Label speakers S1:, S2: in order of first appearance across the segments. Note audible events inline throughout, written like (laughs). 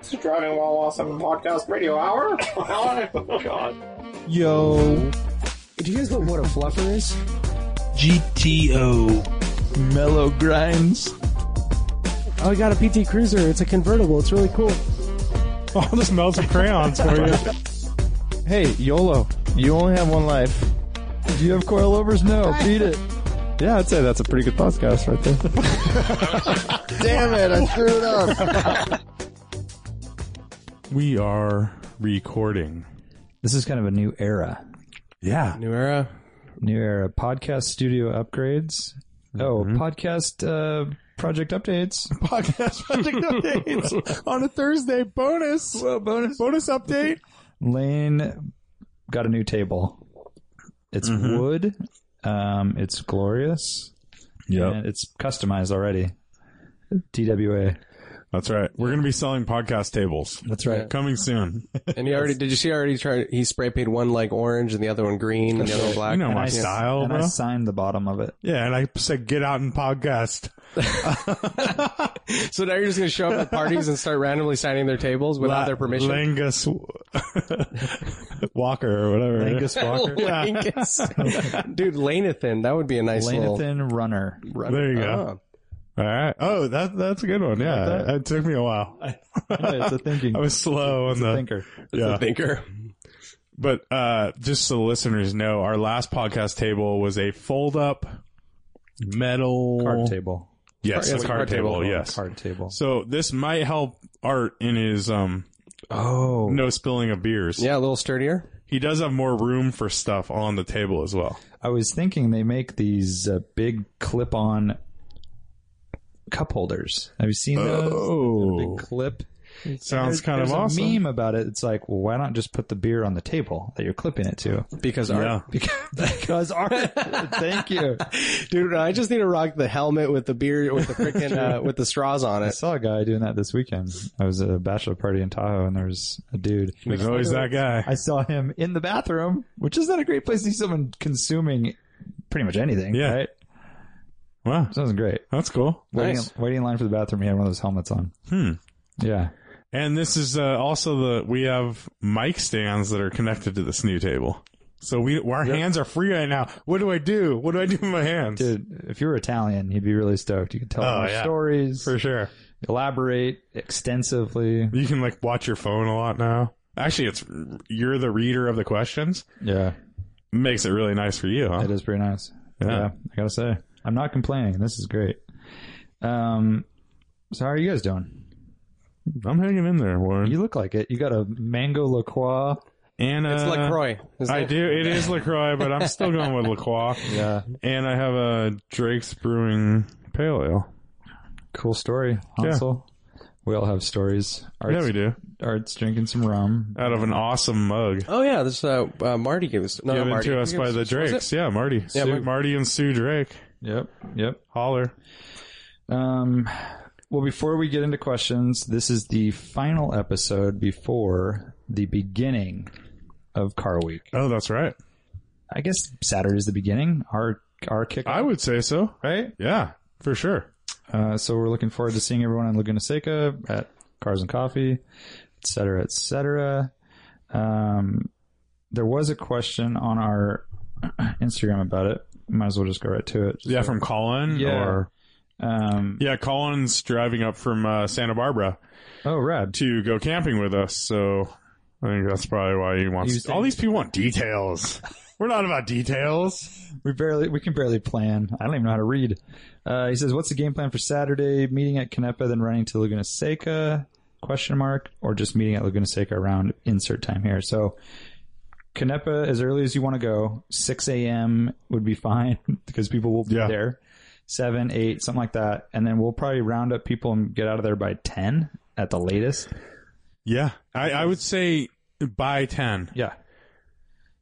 S1: Is he driving while awesome podcast radio hour? (laughs) oh God!
S2: Yo,
S3: Do you guys know what a fluffer is?
S2: GTO, mellow grinds.
S3: Oh, I got a PT Cruiser. It's a convertible. It's really cool.
S4: All this melted crayons for you.
S2: Hey, YOLO, you only have one life. Do you have coilovers? No, beat it. Yeah, I'd say that's a pretty good podcast right there.
S5: Damn it, I screwed it up.
S4: We are recording.
S6: This is kind of a new era.
S4: Yeah.
S5: New era.
S6: New era. Podcast studio upgrades. Oh,
S2: Mm-hmm.
S6: podcast uh, project updates.
S4: (laughs) Podcast project updates on a Thursday bonus. Well, bonus. Bonus update.
S6: Lane got a new table. It's
S2: Mm-hmm.
S6: wood. Um, it's glorious.
S4: Yep.
S6: And it's customized already. TWA.
S4: That's right. We're going to be selling podcast tables.
S6: That's right.
S4: Coming soon. (laughs)
S5: And he already did you see I already tried he spray painted one like orange and the other one green and the other one black.
S4: You know my
S6: I-
S4: style,
S6: and
S4: bro.
S6: I signed the bottom of it.
S4: yeah, and I said, get out and podcast.
S5: So now you're just gonna show up at parties and start randomly signing their tables without
S4: La-
S5: their permission.
S4: Langus (laughs) Walker or whatever.
S6: Langus Walker.
S5: (laughs)
S4: (laughs)
S5: Langus. Dude, Lanathan, that would be a nice little
S6: Lanathan Runner.
S5: run. Ah.
S4: There you go. All right. Oh, that that's a good one. Yeah, it took me a while. (laughs)
S6: it's a thinking
S4: I was slow on the.
S6: thinker.
S5: Oh,
S4: Yeah,
S5: thinker.
S4: but uh, just so the listeners know, our last podcast table was a fold-up metal
S6: Card table.
S4: Yes,
S5: Card-
S4: a card table. Oh. Yes.
S6: Card table.
S4: So this might help Art in his um
S6: Oh.
S4: no spilling of beers.
S5: Yeah, a little sturdier.
S4: He does have more room for stuff on the table as well.
S6: I was thinking they make these uh, big clip-on cup holders. Have you seen those?
S4: Oh.
S6: Big clip.
S4: Sounds kind
S6: There's
S4: of
S6: a
S4: awesome.
S6: meme about it. It's like, well, why not just put the beer on the table that you're clipping it
S4: (laughs)
S6: to?
S5: Because our
S4: Yeah.
S6: Because art. Thank you.
S5: (laughs) Dude, I just need to rock the helmet with the beer with the freaking uh, with the straws on
S6: I
S5: it.
S6: saw a guy doing that this weekend. I was at a bachelor party in Tahoe, and there was a dude.
S4: There's always that guy.
S6: I saw him in the bathroom, which is not a great place to see someone consuming pretty much anything.
S4: Yeah.
S6: Right?
S4: Wow.
S6: Sounds great.
S4: That's cool.
S6: Waiting,
S5: Nice.
S6: waiting in line for the bathroom, he had one of those helmets on.
S4: Hmm.
S6: Yeah.
S4: And this is uh, also the we have mic stands that are connected to this new table. So we our hands are free right now. What do I do? What do I do with my hands?
S6: Dude, if you were Italian, you'd be really stoked. You could tell
S4: Oh,
S6: more
S4: yeah.
S6: stories,
S4: For sure.
S6: elaborate extensively.
S4: You can like watch your phone a lot now. Actually, it's you're the reader of the questions.
S6: Yeah,
S4: Makes it really nice for you, huh?
S6: it is pretty nice.
S4: Yeah.
S6: Yeah. I gotta say, I'm not complaining. This is great. Um, so how are you guys doing?
S4: I'm hanging in there, Warren.
S6: You look like it. You got a mango La Croix.
S4: and uh,
S5: It's LaCroix. It's
S4: I
S5: like-
S4: do. It is Lacroix, but I'm still going with Lacroix.
S6: Yeah,
S4: And I have a Drake's Brewing Pale Ale.
S6: cool story, Hansel. We all have stories. Art's,
S4: Yeah, we do.
S6: Art's drinking some rum.
S4: Out of an awesome mug.
S5: Oh yeah, this uh, uh Marty gives no, not
S4: given
S5: Marty.
S4: to us by the Drakes. Yeah, Marty. Yeah,
S5: Mar-
S4: Marty and Sue Drake.
S6: Yep, yep.
S4: Holler.
S6: Um, well, before we get into questions, this is the final episode before the beginning of Car Week.
S4: Oh, that's right.
S6: I guess Saturday's the beginning. Our our kick,
S4: I would say so.
S6: right?
S4: Yeah, for sure.
S6: Uh, so we're looking forward to seeing everyone in Laguna Seca at Cars and Coffee, et cetera, et cetera. Um, there was a question on our (clears throat) Instagram about it. Might as well just go right to it. Just
S4: Yeah,
S6: so-
S4: from Colin.
S6: Yeah.
S4: Or,
S6: um,
S4: yeah, Colin's driving up from uh, Santa Barbara
S6: oh, rad.
S4: to go camping with us. So I think that's probably why he wants.
S6: You think-
S4: All these people
S6: (laughs)
S4: want details. We're not about details.
S6: We barely we can barely plan. I don't even know how to read. Uh, he says, "What's the game plan for Saturday? Meeting at Canepa, then running to Laguna Seca? Question mark or just meeting at Laguna Seca around insert time here? So." Canepa, as early as you want to go, 6 a.m. would be (laughs) fine because people will be
S4: Yeah.
S6: there. 7, 8, something like that. And then we'll probably round up people and get out of there by 10 at the latest.
S4: Yeah, I, I would say by ten.
S6: Yeah.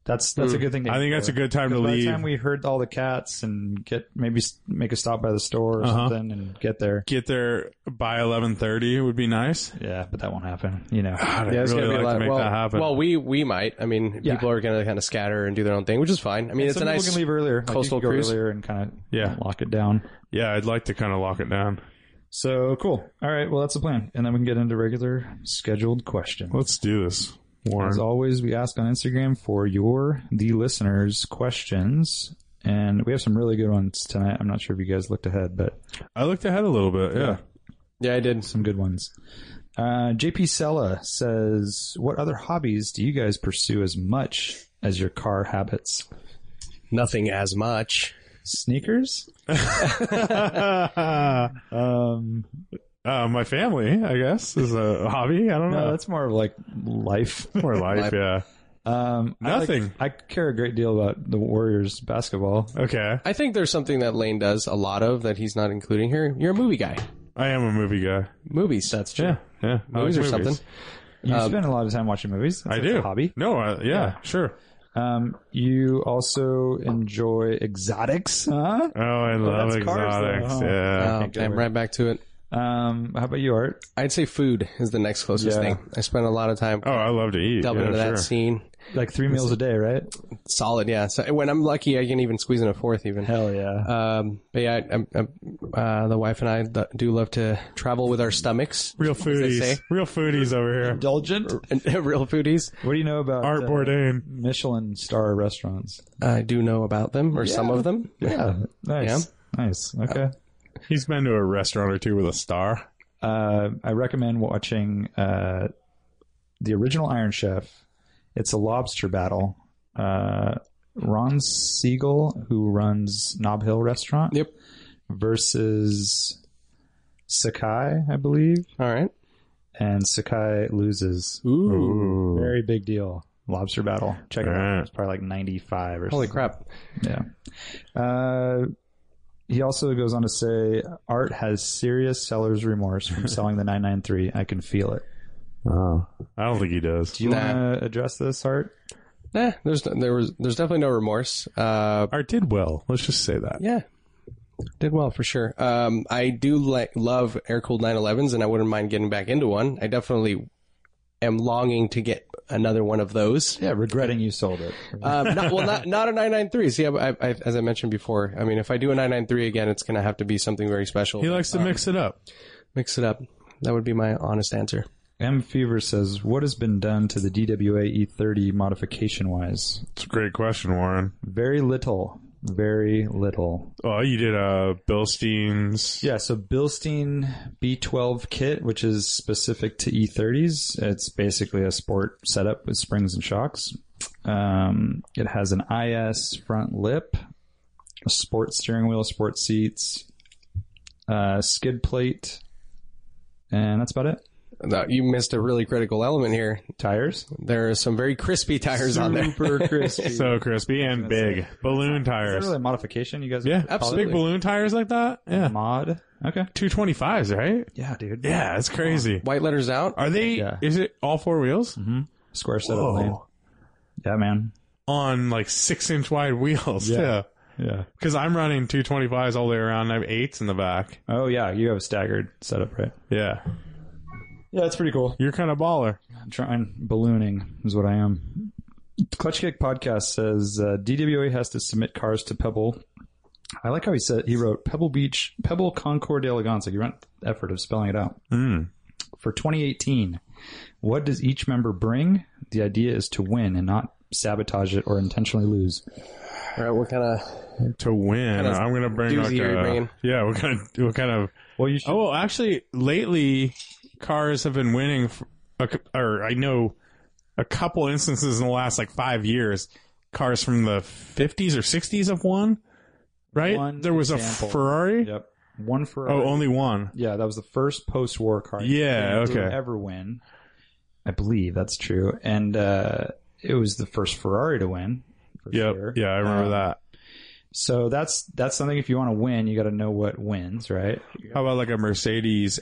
S6: That's that's a good thing. To
S4: Hmm. I think that's a
S6: good.
S4: good time
S6: By
S4: to
S6: the
S4: leave.
S6: time we herd all the cats and get maybe s- make a stop by the store or
S4: Uh-huh.
S6: something and get there.
S4: Get there by eleven thirty would be (sighs) nice.
S6: Yeah, but that won't happen. You know.
S4: God, I'd
S5: Yeah, it's
S4: really
S5: gonna be
S4: like
S5: a
S4: to
S5: lot.
S4: make
S5: Well,
S4: that happen.
S5: well, we we might. I mean,
S6: Yeah.
S5: people are going to kind of scatter and do their own thing, which is fine. I mean, it's a
S6: Some people
S5: nice.
S6: can leave earlier. Like, you
S5: coastal
S6: can go
S5: cruise.
S6: earlier and kind of
S4: Yeah.
S6: lock it down.
S4: yeah, I'd like to kind of lock it down.
S6: So cool. All right. Well, that's the plan. And then we can get into regular scheduled questions.
S4: Let's do this, Warren.
S6: As always, we ask on Instagram for your, the listeners, questions. And we have some really good ones tonight. I'm not sure if you guys looked ahead, but
S4: I looked ahead a little bit. Yeah.
S5: Yeah, I did.
S6: some good ones. Uh, JP Sella says, What other hobbies do you guys pursue as much as your car habits?
S5: Nothing as much.
S6: Sneakers? Um,
S4: (laughs) uh, my family, I guess, is a hobby. I don't
S6: no,
S4: know.
S6: that's more of like life.
S4: (laughs) more life. Yeah.
S6: (laughs) Um, I like-
S4: Nothing.
S6: I, care a great deal about the Warriors basketball.
S4: Okay.
S5: I think there's something that Lane does a lot of that he's not including here. You're a movie guy.
S4: I am a movie guy.
S5: Movies. That's true.
S4: Yeah. Yeah. I
S5: Movies or
S4: like
S5: something.
S6: You spend a lot of time watching movies. That's,
S4: Uh, I
S6: that's
S4: do.
S6: A hobby.
S4: No. Uh, yeah, Sure.
S6: Um, you also enjoy exotics, huh?
S4: Oh, I love
S6: that's cars, though,
S4: exotics.
S6: huh?
S4: yeah.
S5: Um, I'm right back to it.
S6: Um, how about you, Art?
S5: I'd say food is the next closest
S6: Yeah.
S5: thing. I spent a lot of time
S4: oh, I love to eat.
S5: delving
S4: yeah,
S5: into
S4: sure.
S5: that scene.
S6: Like three meals a day, right?
S5: Solid, yeah. So when I'm lucky, I can even squeeze in a fourth, even.
S6: Hell yeah.
S5: Um, but yeah, I, I'm- I'm- uh, the wife and I th- do love to travel with our stomachs.
S4: Real
S5: they
S4: foodies.
S5: say.
S4: Real foodies over here.
S6: Indulgent.
S5: (laughs) Real foodies.
S6: What do you know about
S4: Art
S6: uh,
S4: Bourdain.
S6: Michelin star restaurants?
S5: I do know about them, or some of them.
S6: Yeah, nice, nice. Okay.
S4: He's been to a restaurant or two with a star.
S6: Uh, I recommend watching uh, the original Iron Chef. It's a lobster battle. Uh, Ron Siegel, who runs Knob Hill Restaurant,
S5: (laughs) Yep.
S6: versus Sakai, I believe,
S5: All right.
S6: and Sakai loses.
S4: Ooh.
S6: Very big deal. Lobster battle. Check it out. It's probably like 95 or
S5: Holy
S6: something.
S5: crap.
S6: Yeah. Uh, he also goes on to say, Art has serious seller's remorse (laughs) from selling the 993. I can feel it.
S4: Oh. I don't think he does.
S6: Do you
S5: Nah.
S6: want to address this, Art?
S5: Nah, Eh, there's there was there's definitely no remorse. Uh,
S4: Art did well. Let's just say that.
S5: yeah, did well for sure. Um, I do like love air cooled 911s, and I wouldn't mind getting back into one. I definitely am longing to get another one of those.
S6: Yeah, regretting you sold it.
S5: Um, not, well, not not a 993. See, I, I, I, as I mentioned before, I mean, if I do a 993 again, it's gonna have to be something very special.
S4: He likes to mix it up.
S5: Mix it up. That would be my honest answer.
S6: M Fever says, What has been done to the DWA E30 modification wise?
S4: It's a great question, Warren.
S6: Very little. Very little.
S4: Oh, you did uh Bilstein's.
S6: Yeah, so Bilstein B12 kit, which is specific to E30s. It's basically a sport setup with springs and shocks. Um, it has an IS front lip, a sport steering wheel, sport seats, uh, skid plate, and that's about it.
S5: Now, you missed a really critical element here.
S6: Tires.
S5: There are some very crispy tires on there.
S6: Super crispy.
S4: So crispy and big. Balloon
S6: is that
S4: tires.
S6: really Mm-hmm. a modification? You guys
S4: Yeah.
S5: Absolutely.
S4: Big balloon tires like that? Yeah.
S6: mod? Okay.
S4: Two twenty fives, right?
S6: Yeah, dude.
S4: Yeah, that's crazy.
S5: White letters out.
S4: Are they
S6: Yeah.
S4: is it all four wheels?
S5: Mm-hmm.
S6: Square setup,
S4: Whoa.
S6: man. Yeah, man.
S4: On like six inch wide wheels.
S6: Yeah.
S4: Yeah.
S6: Yeah.
S4: Because I'm running two twenty fives all the way around and I have eights in the back.
S6: Oh, yeah. You have a staggered setup, right?
S4: Yeah.
S6: Yeah, that's pretty cool.
S4: You're kind of baller.
S6: I'm trying ballooning is what I am. Clutch Kick podcast says uh, DWA has to submit cars to Pebble. I like how he said he wrote Pebble Beach, Pebble Concord Eleganza. You went the effort of spelling it out
S4: Mm.
S6: for 2018. What does each member bring? The idea is to win and not sabotage it or intentionally lose.
S5: All right, what kind of
S4: To win,
S5: Kinda
S4: I'm gonna bring like
S5: doozy you're
S4: a-
S5: bringing.
S4: yeah. What kind of what kind of
S6: Well, you should.
S4: Oh, well, actually, lately cars have been winning, f a c or I know a couple instances in the last like five years. Cars from the 50s or 60s have won, right?
S6: One
S4: there was
S6: example.
S4: a Ferrari.
S6: Yep, one for
S4: Oh, only one.
S6: Yeah, that was the first post-war car.
S4: Yeah,
S6: to
S4: okay.
S6: Ever win? I believe that's true, and uh, it was the first Ferrari to win. For
S4: Yep.
S6: sure.
S4: Yeah, I remember
S6: Um,
S4: that.
S6: So that's that's something. If you want to win, you got to know what wins, right?
S4: How about like a Mercedes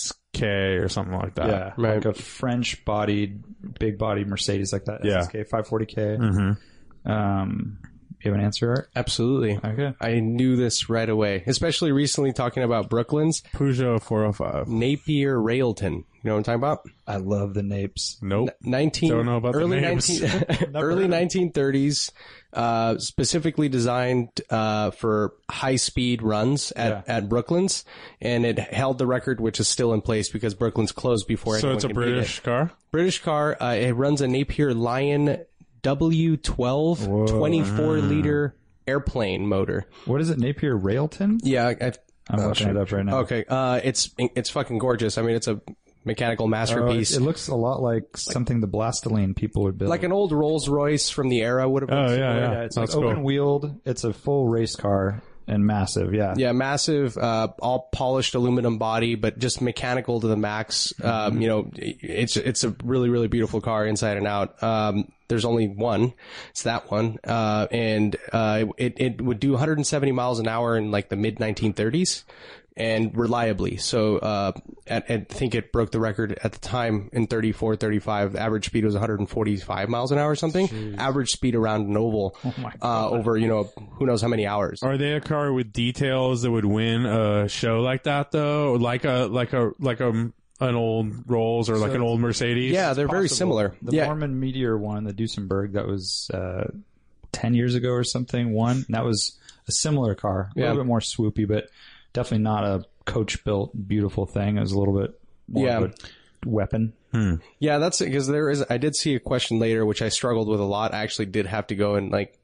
S4: SSK or something like that?
S6: yeah,
S5: right.
S6: like a French-bodied, big-bodied Mercedes like that.
S4: Yeah.
S6: SSK 540K.
S4: Mm-hmm.
S6: Um, you have an answer, Art?
S5: Absolutely.
S6: Okay.
S5: I knew this right away, especially recently talking about Brooklands.
S4: Peugeot 405.
S5: Napier Railton. You know what I'm talking about?
S6: I love the napes.
S4: Nope.
S5: 19
S4: Don't know about the
S5: early (laughs)
S4: names. (laughs)
S5: 19 early 1930s uh, specifically designed uh, for high speed runs at, at Brooklands and it held the record which is still in place because Brooklands closed before
S4: So
S5: anyone
S4: it's a
S5: could beat it.
S4: British car.
S5: British car uh, it runs a Napier Lion W12
S4: uh-huh.
S5: 24 liter airplane motor
S6: What is it, Napier Railton?
S5: yeah I,
S6: I'm looking it up right now.
S5: okay uh, it's it's fucking gorgeous I mean it's a mechanical
S6: Oh, it,
S5: masterpiece
S6: it looks a lot like, something the Blastoline people would build.
S5: like an old Rolls Royce from the era would have been
S4: Oh, yeah,
S5: similar.
S4: yeah.
S6: yeah, it's
S4: That's
S6: like
S4: cool.
S6: open wheeled. It's a full race car and massive. Yeah.
S5: Yeah, massive, uh, all polished aluminum body, but just mechanical to the max. Um, you know, it's it's a really really beautiful car inside and out. Um, there's only one, it's that one, uh, and uh, it it would do 170 miles an hour in like the mid 1930s, and reliably. So uh, at, at- I think it broke the record at the time in 34, 35. The average speed was 145 miles an hour or something. Average speed around an oval uh, over you know who knows how many hours.
S4: Are they a car with details that would win a show like that though? Like a like a like a an old Rolls or like an old Mercedes?
S5: Yeah, they're very
S6: possible.
S5: similar.
S6: The
S5: yeah,
S6: Mormon Meteor one, the Duesenberg, that was uh, 10 years ago or something, one. And that was a similar car. A
S5: Yeah.
S6: little bit more swoopy, but definitely not a coach built, beautiful thing. It was a little bit more
S5: Yeah.
S6: of a weapon.
S5: yeah, that's because there is. I did see a question later, which I struggled with a lot. I actually did have to go and like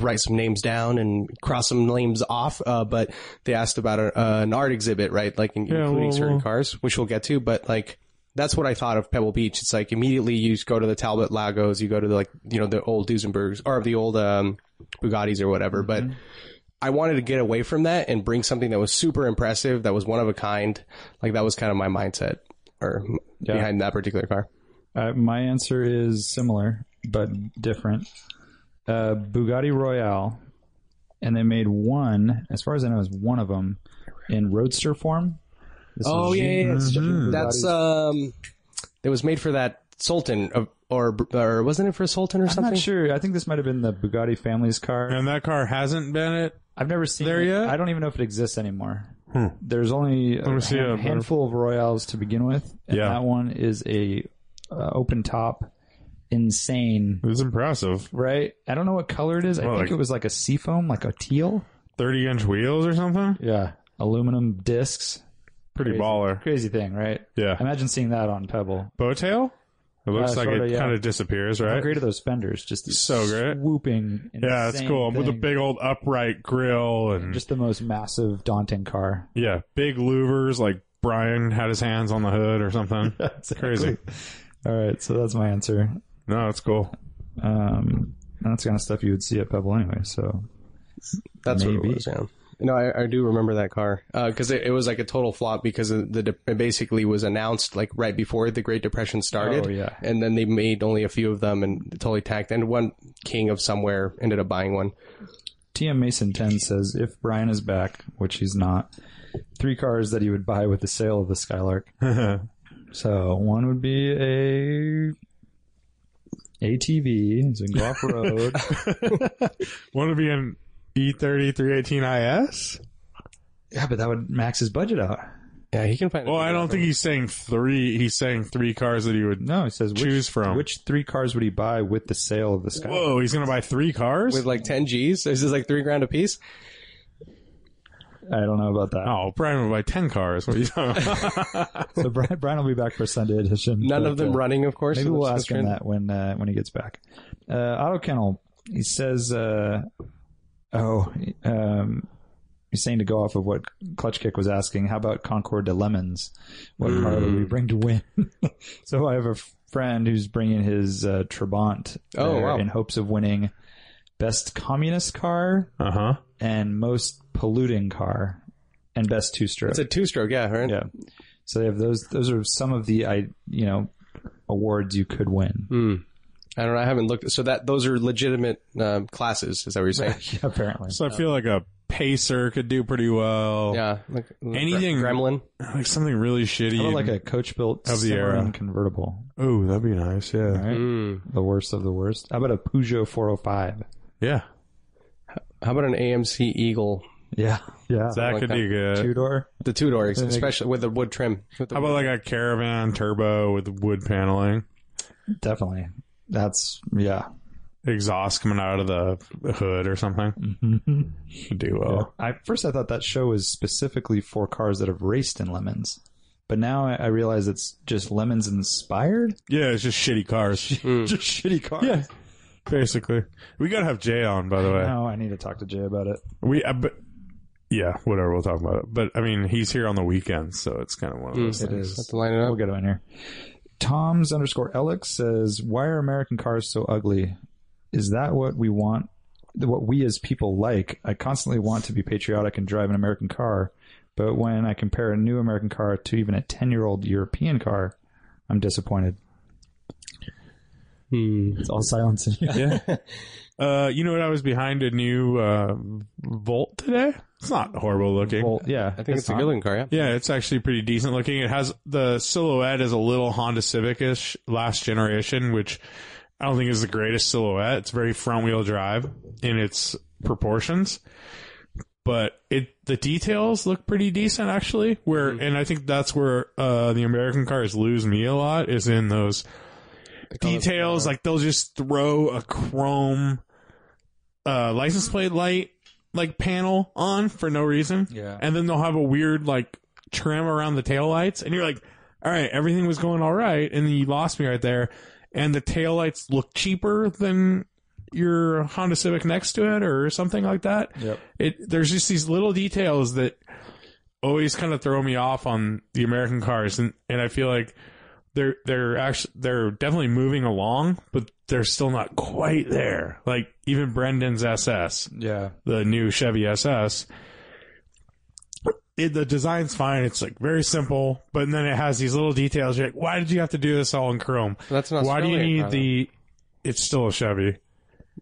S5: write some names down and cross some names off. Uh, but they asked about a, uh, an art exhibit, right? Like in,
S4: Yeah,
S5: including
S4: well,
S5: certain
S4: well.
S5: cars, which we'll get to. But like. That's what I thought of Pebble Beach. It's like immediately you just go to the Talbot Lagos, you go to the, like you know the old Duesenbergs or the old um, Bugattis or whatever. But
S4: Mm-hmm.
S5: I wanted to get away from that and bring something that was super impressive, that was one of a kind. Like that was kind of my mindset or m- behind that particular car.
S6: Uh, my answer is similar but different. Uh, Bugatti Royale, and they made one, as far as I know, is one of them in roadster form. This
S5: Oh,
S6: is
S5: yeah,
S6: Jean-
S5: yeah, it's-
S6: Jean Bugatti's-
S5: That's um, it was made for that Sultan of, or or wasn't it for Sultan or
S6: I'm
S5: something?
S6: not sure. I think this might have been the Bugatti family's car.
S4: And that car hasn't been it.
S6: I've never seen
S4: There
S6: it.
S4: yet?
S6: I don't even know if it exists anymore. There's only a
S4: Hmm. me see
S6: hand-
S4: it.
S6: handful of Royales to begin with, and
S4: Yeah.
S6: that one is a uh, open top, insane.
S4: It's impressive.
S6: Right? I don't know what color it is. I
S4: Well,
S6: think
S4: like-
S6: it was like a seafoam, like a teal.
S4: Thirty inch wheels or something.
S6: Yeah, aluminum discs.
S4: Pretty baller.
S6: Crazy thing, right?
S4: Yeah.
S6: Imagine seeing that on Pebble.
S4: Bowtail. It looks
S6: Uh,
S4: like
S6: sorta,
S4: it
S6: yeah.
S4: kind of disappears,
S6: How
S4: right?
S6: great are those fenders? Just these
S4: So great.
S6: swooping.
S4: Yeah, it's
S6: insane
S4: cool. With a
S6: things.
S4: big old upright grill and
S6: Just the most massive, daunting
S4: (laughs)
S6: car.
S4: yeah, big louvers like Brian had his hands on the hood
S6: (laughs)
S4: or something. It's crazy.
S6: All right, so that's my answer.
S4: No, it's cool.
S6: Um, and that's the kind of stuff you would see at Pebble anyway. So
S5: That's what
S6: Maybe.
S5: it was. Yeah. No, I, I do remember that car because it, it was like a total flop because of the de- it basically was announced like right before the Great Depression started.
S6: Oh, yeah.
S5: and then they made only a few of them and totally tanked. And one king of somewhere ended up buying one.
S6: TM Mason ten says if Brian is back, which he's not, three cars that he would buy with the sale of the
S4: (laughs)
S6: Skylark. so one would be a ATV, so we can go
S4: (laughs)
S6: off road.
S4: Want to be an E thirty three eighteen IS?
S6: yeah, but that would max his budget out.
S5: Yeah, he can find.
S4: Well, I don't think he's saying three. He's saying three cars that he would.
S6: No, he says which,
S4: Choose from.
S6: which three cars would he buy with the sale of the Skylark?
S4: Whoa, he's gonna buy three cars.
S5: with like ten G's. This is like three grand a piece.
S6: I don't know about that.
S4: oh, Brian would buy ten cars. What are you talking
S6: (laughs)
S4: about?
S6: So Brian, Brian will be back for Sunday edition.
S5: None
S6: but,
S5: of them
S6: uh,
S5: running, of course.
S6: Maybe
S5: so
S6: we'll
S5: that's
S6: ask him
S5: different.
S6: that when uh, when he gets back. Uh, Auto Kennel, he says, uh, oh, um, he's saying to go off of what Clutch Kick was asking. How about Concord de Lemons? What
S5: Hmm.
S6: car would we bring to win? (laughs) so I have a friend who's bringing his uh, Trabant
S5: Oh,
S6: there
S5: wow.
S6: in hopes of winning best communist car
S4: Uh huh.
S6: and most polluting car and best two stroke.
S5: It's a two-stroke, yeah, right?
S6: Yeah. So they have those. Those are some of the I you know awards you could win.
S5: Hmm. I don't know. I haven't looked. So that those are legitimate um, classes. Is that what
S6: (laughs)
S5: you're saying?
S6: Apparently,
S4: So I feel like a pacer could do pretty well.
S5: (laughs) yeah. Like,
S4: Anything-
S5: Gremlin.
S4: Like something really shitty.
S6: How about like a coach built
S4: Of the era.
S6: convertible.
S4: oh, that'd be nice.
S5: Hmm.
S4: Yeah.
S6: oh Right. The worst of the worst. How about a Peugeot 405?
S4: Yeah.
S5: How about an AMC Eagle?
S6: Yeah. Yeah.
S4: That
S5: like
S4: could
S5: that.
S4: be good.
S6: Two door.
S5: The two door, especially with the wood trim. With the
S4: How about like a caravan turbo with wood paneling,
S6: Definitely. That's yeah.
S4: exhaust coming out of the hood or something?
S6: Mm-hmm.
S4: Duo.
S6: I first I thought that show was specifically for cars that have raced in lemons, but now I, I realize it's just lemons inspired.
S4: Yeah, it's just shitty cars.
S5: Hmm.
S6: Just shitty cars.
S4: yeah, basically. We gotta have Jay on, by the way.
S6: No, I need to talk to Jay about it.
S4: We, uh, but yeah, whatever. We'll talk about it. But I mean, he's here on the weekends, so it's kind of one of those.
S6: It
S5: Have
S6: is.
S5: to line Hmm. it
S6: We'll
S5: up.
S6: get him in here. Tom's underscore Alex says, "Why are American cars so ugly? Is that what we want? What we as people like? I constantly want to be patriotic and drive an American car, but when I compare a new American car to even a ten-year-old European car, I'm disappointed."
S5: Hmm.
S3: It's all silence in here.
S4: Uh, you know what? I was behind a new uh, Volt today. It's not horrible
S6: (laughs)
S4: looking.
S6: Well, yeah,
S5: I think it's, a good looking car, yeah.
S4: Yeah, it's actually pretty decent looking. It has the silhouette is a little Honda Civic ish last generation, which I don't think is the greatest silhouette. It's very front wheel drive in its proportions. But it the details look pretty decent actually. Where and I think that's where uh, the American cars lose me a lot is in those details. Like they'll just throw a chrome uh, license plate light like panel on for no reason.
S6: Yeah.
S4: And then they'll have a weird like trim around the tail lights, and you're like, all right, everything was going all right, and then you lost me right there. And the tail lights look cheaper than your Honda Civic next to it, or something like that.
S6: Yep.
S4: It there's just these little details that always kind of throw me off on the American cars, and and I feel like they're they're actually they're definitely moving along, but they're still not quite there. Like even Brendan's SS,
S6: yeah,
S4: the new Chevy SS. It, the design's fine. It's like very simple, but then it has these little details. You're like, why did you have to do this all in Chrome?
S5: That's an
S4: Why do you
S5: Australian
S4: need
S5: car,
S4: the? It's still a Chevy,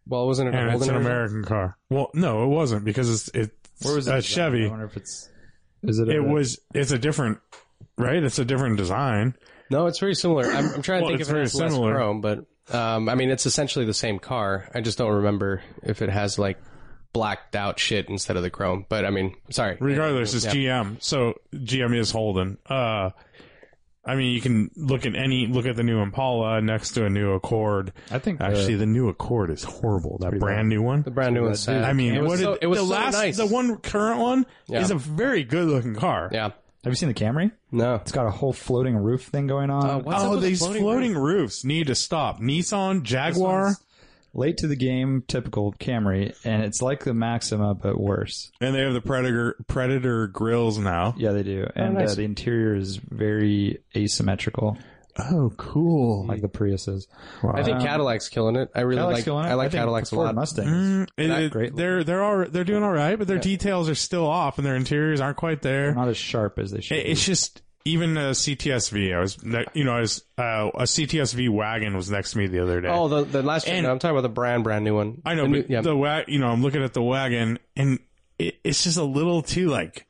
S5: Well, wasn't it
S4: and
S5: an
S4: it's
S5: older
S4: an
S5: version?
S4: American car. Well, no, it wasn't because it's it's
S6: Where was
S4: a
S6: it? I
S4: Chevy.
S6: wonder if it's. Is it? a-
S4: It was. It's a different, right? It's a different design.
S5: No, it's very similar. I'm, I'm trying to
S4: Well,
S5: think
S4: it's
S5: if it
S4: very
S5: has less
S4: similar.
S5: chrome, but um, I mean, it's essentially the same car. I just don't remember if it has like blacked out shit instead of the chrome. But I mean, sorry.
S4: Regardless, it's GM. So GM is Holden. Uh, I mean, you can look at any look at the new Impala next to a new Accord.
S6: I think uh,
S4: Actually,
S6: actually.
S4: the new Accord is horrible. That brand new one.
S5: the brand new one's sad.
S4: I mean,
S5: it
S4: what
S5: was
S4: did-
S5: so, it was
S4: the
S5: so
S4: last,
S5: nice.
S4: the one current one
S5: Yeah.
S4: is a very good looking car.
S5: Yeah.
S6: have you seen the Camry?
S5: No.
S6: It's got a whole floating roof thing going on.
S5: what's up
S4: Oh,
S5: with the
S4: these floating, roofs need to stop. Nissan, Jaguar,
S6: late to the game, typical Camry, and it's like the Maxima but worse.
S4: and they have the Predator Predator grills now.
S6: Yeah, they do, and
S5: nice.
S6: uh, the interior is very asymmetrical,
S4: Oh, cool.
S6: like the Priuses. Uh,
S5: I
S4: Um,
S5: think Cadillac's killing it. I really
S6: Cadillac's
S5: like.
S6: going on.
S5: I like
S6: think
S5: Cadillac's
S6: the
S5: a
S6: Ford
S5: lot.
S6: Mustang.
S5: Not
S4: great.
S5: Mm, great.
S4: Mm, They're they're all they're doing all right, but their details are still off, and their interiors aren't quite there.
S6: Not as sharp as they should.
S4: It-
S6: be.
S4: It's just even a CTSV. I was, you know, I was uh, a CTSV wagon was next to me the other day.
S5: Oh, the, the last.
S4: And-
S5: no, I'm talking about the brand brand new one.
S4: I know,
S5: The new-
S4: but
S5: yeah.
S4: the wa- you know, I'm looking at the wagon and it, it's just a little too like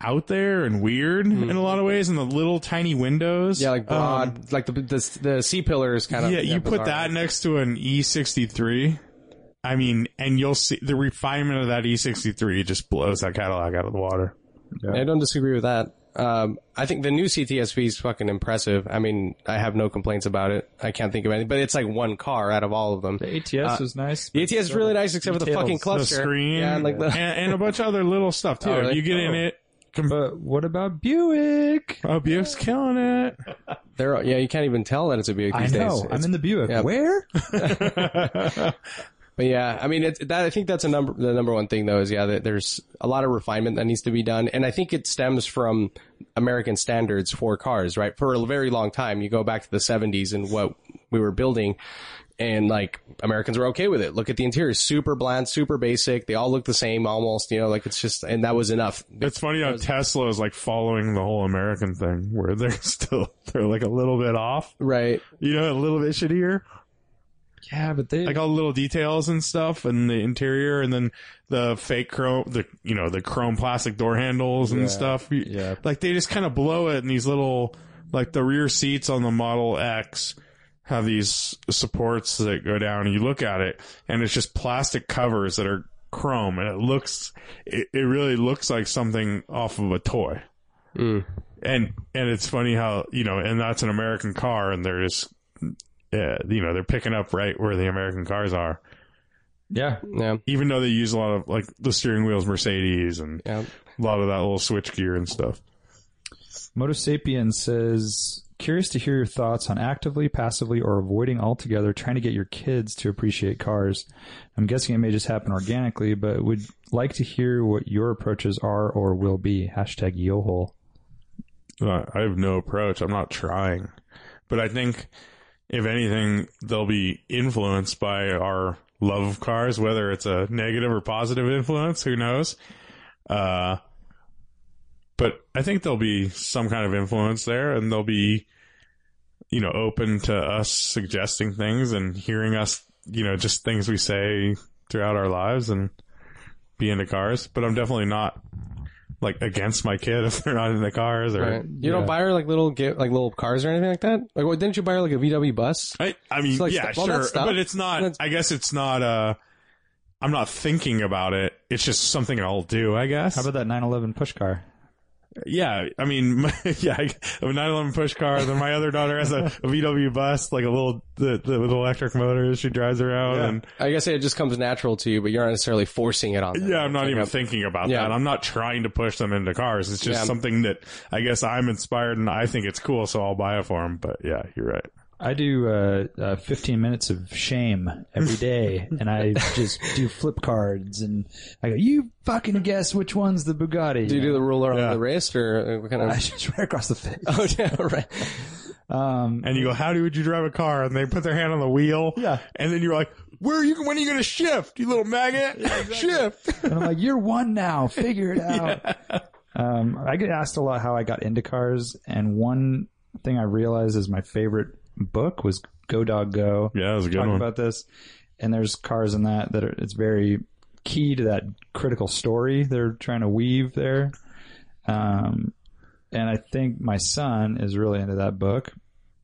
S4: out there and weird in a lot of ways, and the little tiny windows.
S5: Mm-hmm. yeah, like
S4: Um,
S5: broad, like the the the C pillar is kind of
S4: yeah, you put
S5: bizarre.
S4: that next to an E63. I mean, and you'll see the refinement of that E63 just blows that Cadillac out of the water.
S5: I don't disagree with that. Um, I think the new CTSV is fucking impressive. I mean, I have no complaints about it. I can't think of anything, but it's like one car out of all of them.
S6: the ATS is nice.
S5: Uh, The ATS is really nice, except for the
S6: Details.
S5: fucking
S6: The
S5: cluster.
S4: The screen
S5: Oh, yeah, and like the
S4: and, and a bunch of other little stuff
S5: (laughs)
S4: too.
S5: Oh, really?
S4: You get in
S5: Oh.
S4: it. Com-
S6: But what about Buick?
S4: oh, Buick's killing it.
S5: they're yeah, you can't even tell that it's a Buick
S6: I
S5: these days.
S6: know.
S5: It's-
S6: I'm in the Buick.
S5: yeah.
S6: Where?
S5: But yeah, I mean, it's that I think that's a number. The number one thing though is yeah, that there's a lot of refinement that needs to be done, and I think it stems from American standards for cars, right? For a very long time, you go back to the '70s and what we were building, and like Americans were okay with it. Look at the interior, super bland, super basic. They all look the same almost, you know, like it's just, and that was enough.
S4: It's funny how Tesla is like following the whole American thing, where they're (laughs) still they're like a little bit off,
S5: Right.
S4: you know, a little bit shittier,
S6: Yeah, but they.
S4: like all the little details and stuff, and the interior, and then the fake chrome, the you know, the chrome plastic door handles and stuff. You-
S6: Yeah.
S4: like they just kind of blow it, and these little like the rear seats on the Model X have these supports that go down, and you look at it, and it's just plastic covers that are chrome, and it looks it, it really looks like something off of a toy.
S5: Mm.
S4: And and it's funny how you know, and that's an American car, and they're just uh, you know they're picking up right where the American cars are,
S6: Yeah.
S5: Yeah.
S4: even though they use a lot of like the steering wheels, Mercedes, and
S5: Yeah.
S4: a lot of that little switch gear and stuff.
S6: Moto Sapien says, curious to hear your thoughts on actively, passively, or avoiding altogether trying to get your kids to appreciate cars. I'm guessing it may just happen organically, but would like to hear what your approaches are or will be. Hashtag YoHo.
S4: Uh, I have no approach. I'm not trying. But I think, if anything, they'll be influenced by our love of cars, whether it's a negative or positive influence. Who knows? Uh, but I think there'll be some kind of influence there, and they'll be, you know, open to us suggesting things and hearing us, you know, just things we say throughout our lives and be into cars. But I'm definitely not like against my kid (laughs) if they're not into cars or
S5: Right. You don't buy her like little gi- like little cars or anything like that. Like, what, didn't you buy her like a VW bus?
S4: I, I mean,
S5: So, like,
S4: yeah,
S5: stu- all that
S4: sure,
S5: stuff.
S4: but it's not.
S5: That's-
S4: I guess it's not. Uh, I'm not thinking about it. It's just something I'll do. I guess.
S6: How about that 911 push car?
S4: yeah, I mean, (laughs) my, yeah, I, I have a 911 push car. Then my other daughter has a, a VW bus, like a little the, the with electric motor. She drives around, and
S5: I guess it just comes natural to you, but you're not necessarily forcing it on. Them.
S4: yeah, I'm not even thinking about
S5: Yeah.
S4: that. I'm not trying to push them into cars. It's just
S5: Yeah.
S4: something that I guess I'm inspired and I think it's cool, so I'll buy it for them. But yeah, you're right.
S6: I do uh, uh, 15 minutes of shame
S5: (laughs)
S6: every day, and I just do flip cards, and I go, "You fucking guess which one's the Bugatti?"
S5: Do you do the ruler
S4: Yeah.
S5: on the wrist or uh, what kind
S6: (laughs) I
S5: of?
S6: just right across the face.
S5: (laughs) Oh yeah, right.
S6: Um,
S4: and you go, "How do would you drive a car?" And they put their hand on the wheel.
S6: Yeah.
S4: And then you're like, "Where are you? When are you going to shift, you little maggot? Shift."
S6: and I'm like, "You're one now. Figure (laughs) it out." Um, I get asked a lot how I got into cars, and one thing I realized is my favorite book was Go Dog Go.
S4: Yeah, that was a good
S6: talking
S4: one.
S6: about this, and there's cars in that that are, it's very key to that critical story they're trying to weave there. Um, and I think my son is really into that book.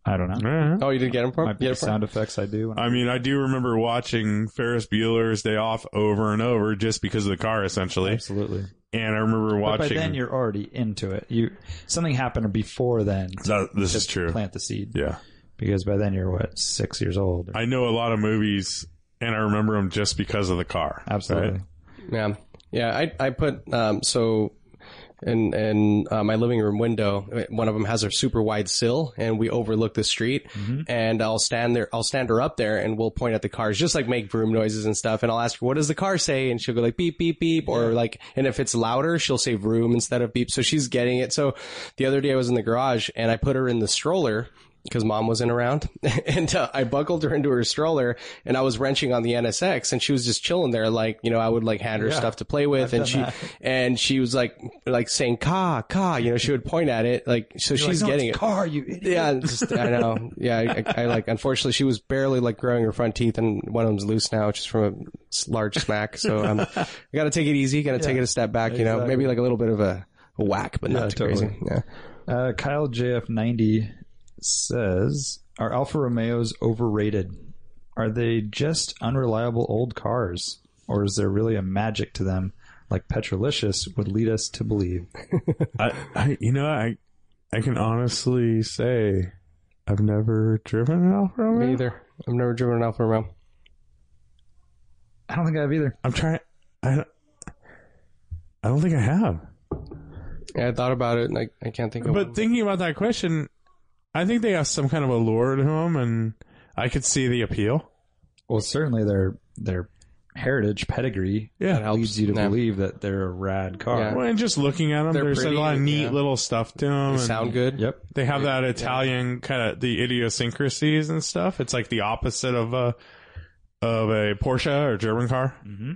S6: I don't know.
S5: Oh, you did get him for
S6: Might be the sound effects I do. When I,
S4: I mean, I do remember watching Ferris Bueller's Day Off over and over just because of the car, essentially.
S6: absolutely.
S4: And I remember
S6: But by
S4: watching.
S6: then you're already into it. You something happened before then. to
S4: That- this is true.
S6: Plant the seed
S4: Yeah,
S6: because by then you're what six years old.
S4: I know a lot of movies, and I remember them just because of the car.
S6: Absolutely.
S4: Right?
S5: Yeah, yeah. I I put um so in in uh, my living room window. One of them has a super wide sill, and we overlook the street.
S6: Mm-hmm.
S5: And I'll stand there. I'll stand her up there, and we'll point at the cars, just like make broom noises and stuff. And I'll ask her, "What does the car say?" And she'll go like beep beep beep, or like. And if it's louder, she'll say vroom instead of beep. So she's getting it. So the other day I was in the garage, and I put her in the stroller because mom wasn't around (laughs) and uh, I buckled her into her stroller and I was wrenching on the NSX and she was just chilling there. Like, you know, I would like hand her stuff to play with and she, and she was like, like saying ka, ka, you know, she would point at it. Like, so she's getting it.
S6: Car, you idiot.
S5: Yeah, it's just, I know. Yeah, I, I, I like. Unfortunately, she was barely like growing her front teeth, and one of them's loose now, which is from a s- large smack. So um, I got to take it easy. Got to take it a step back. You know, maybe like a little bit of a, a whack, but not too
S6: totally.
S5: crazy. Yeah.
S6: Uh, Kyle JF90 says, "Are Alfa Romeos overrated? Are they just unreliable old cars, or is there really a magic to them, like Petrolicious would lead us to believe?"
S4: I, I, you know, I, I can honestly say, I've never driven an Alfa Romeo.
S5: Me either. I've never driven an Alfa Romeo.
S6: I don't think I've either.
S4: I'm trying. I, don't- I don't think I have.
S5: Yeah, I thought about it, and I, I can't think of.
S4: But thinking about that question, I think they have some kind of allure to them, and I could see the appeal.
S6: Well, certainly their their heritage pedigree
S4: Yeah.
S5: That helps.
S6: leads you to
S5: Yeah.
S6: believe that they're a rad car.
S5: Yeah.
S4: Well, and just looking at them,
S5: They're
S4: there's
S5: pretty,
S4: a lot of neat
S5: yeah.
S4: little stuff to them.
S5: they sound good.
S6: Yep.
S4: They have that Italian kind of the idiosyncrasies and stuff. It's like the opposite of a of a Porsche or German car. Mm-hmm.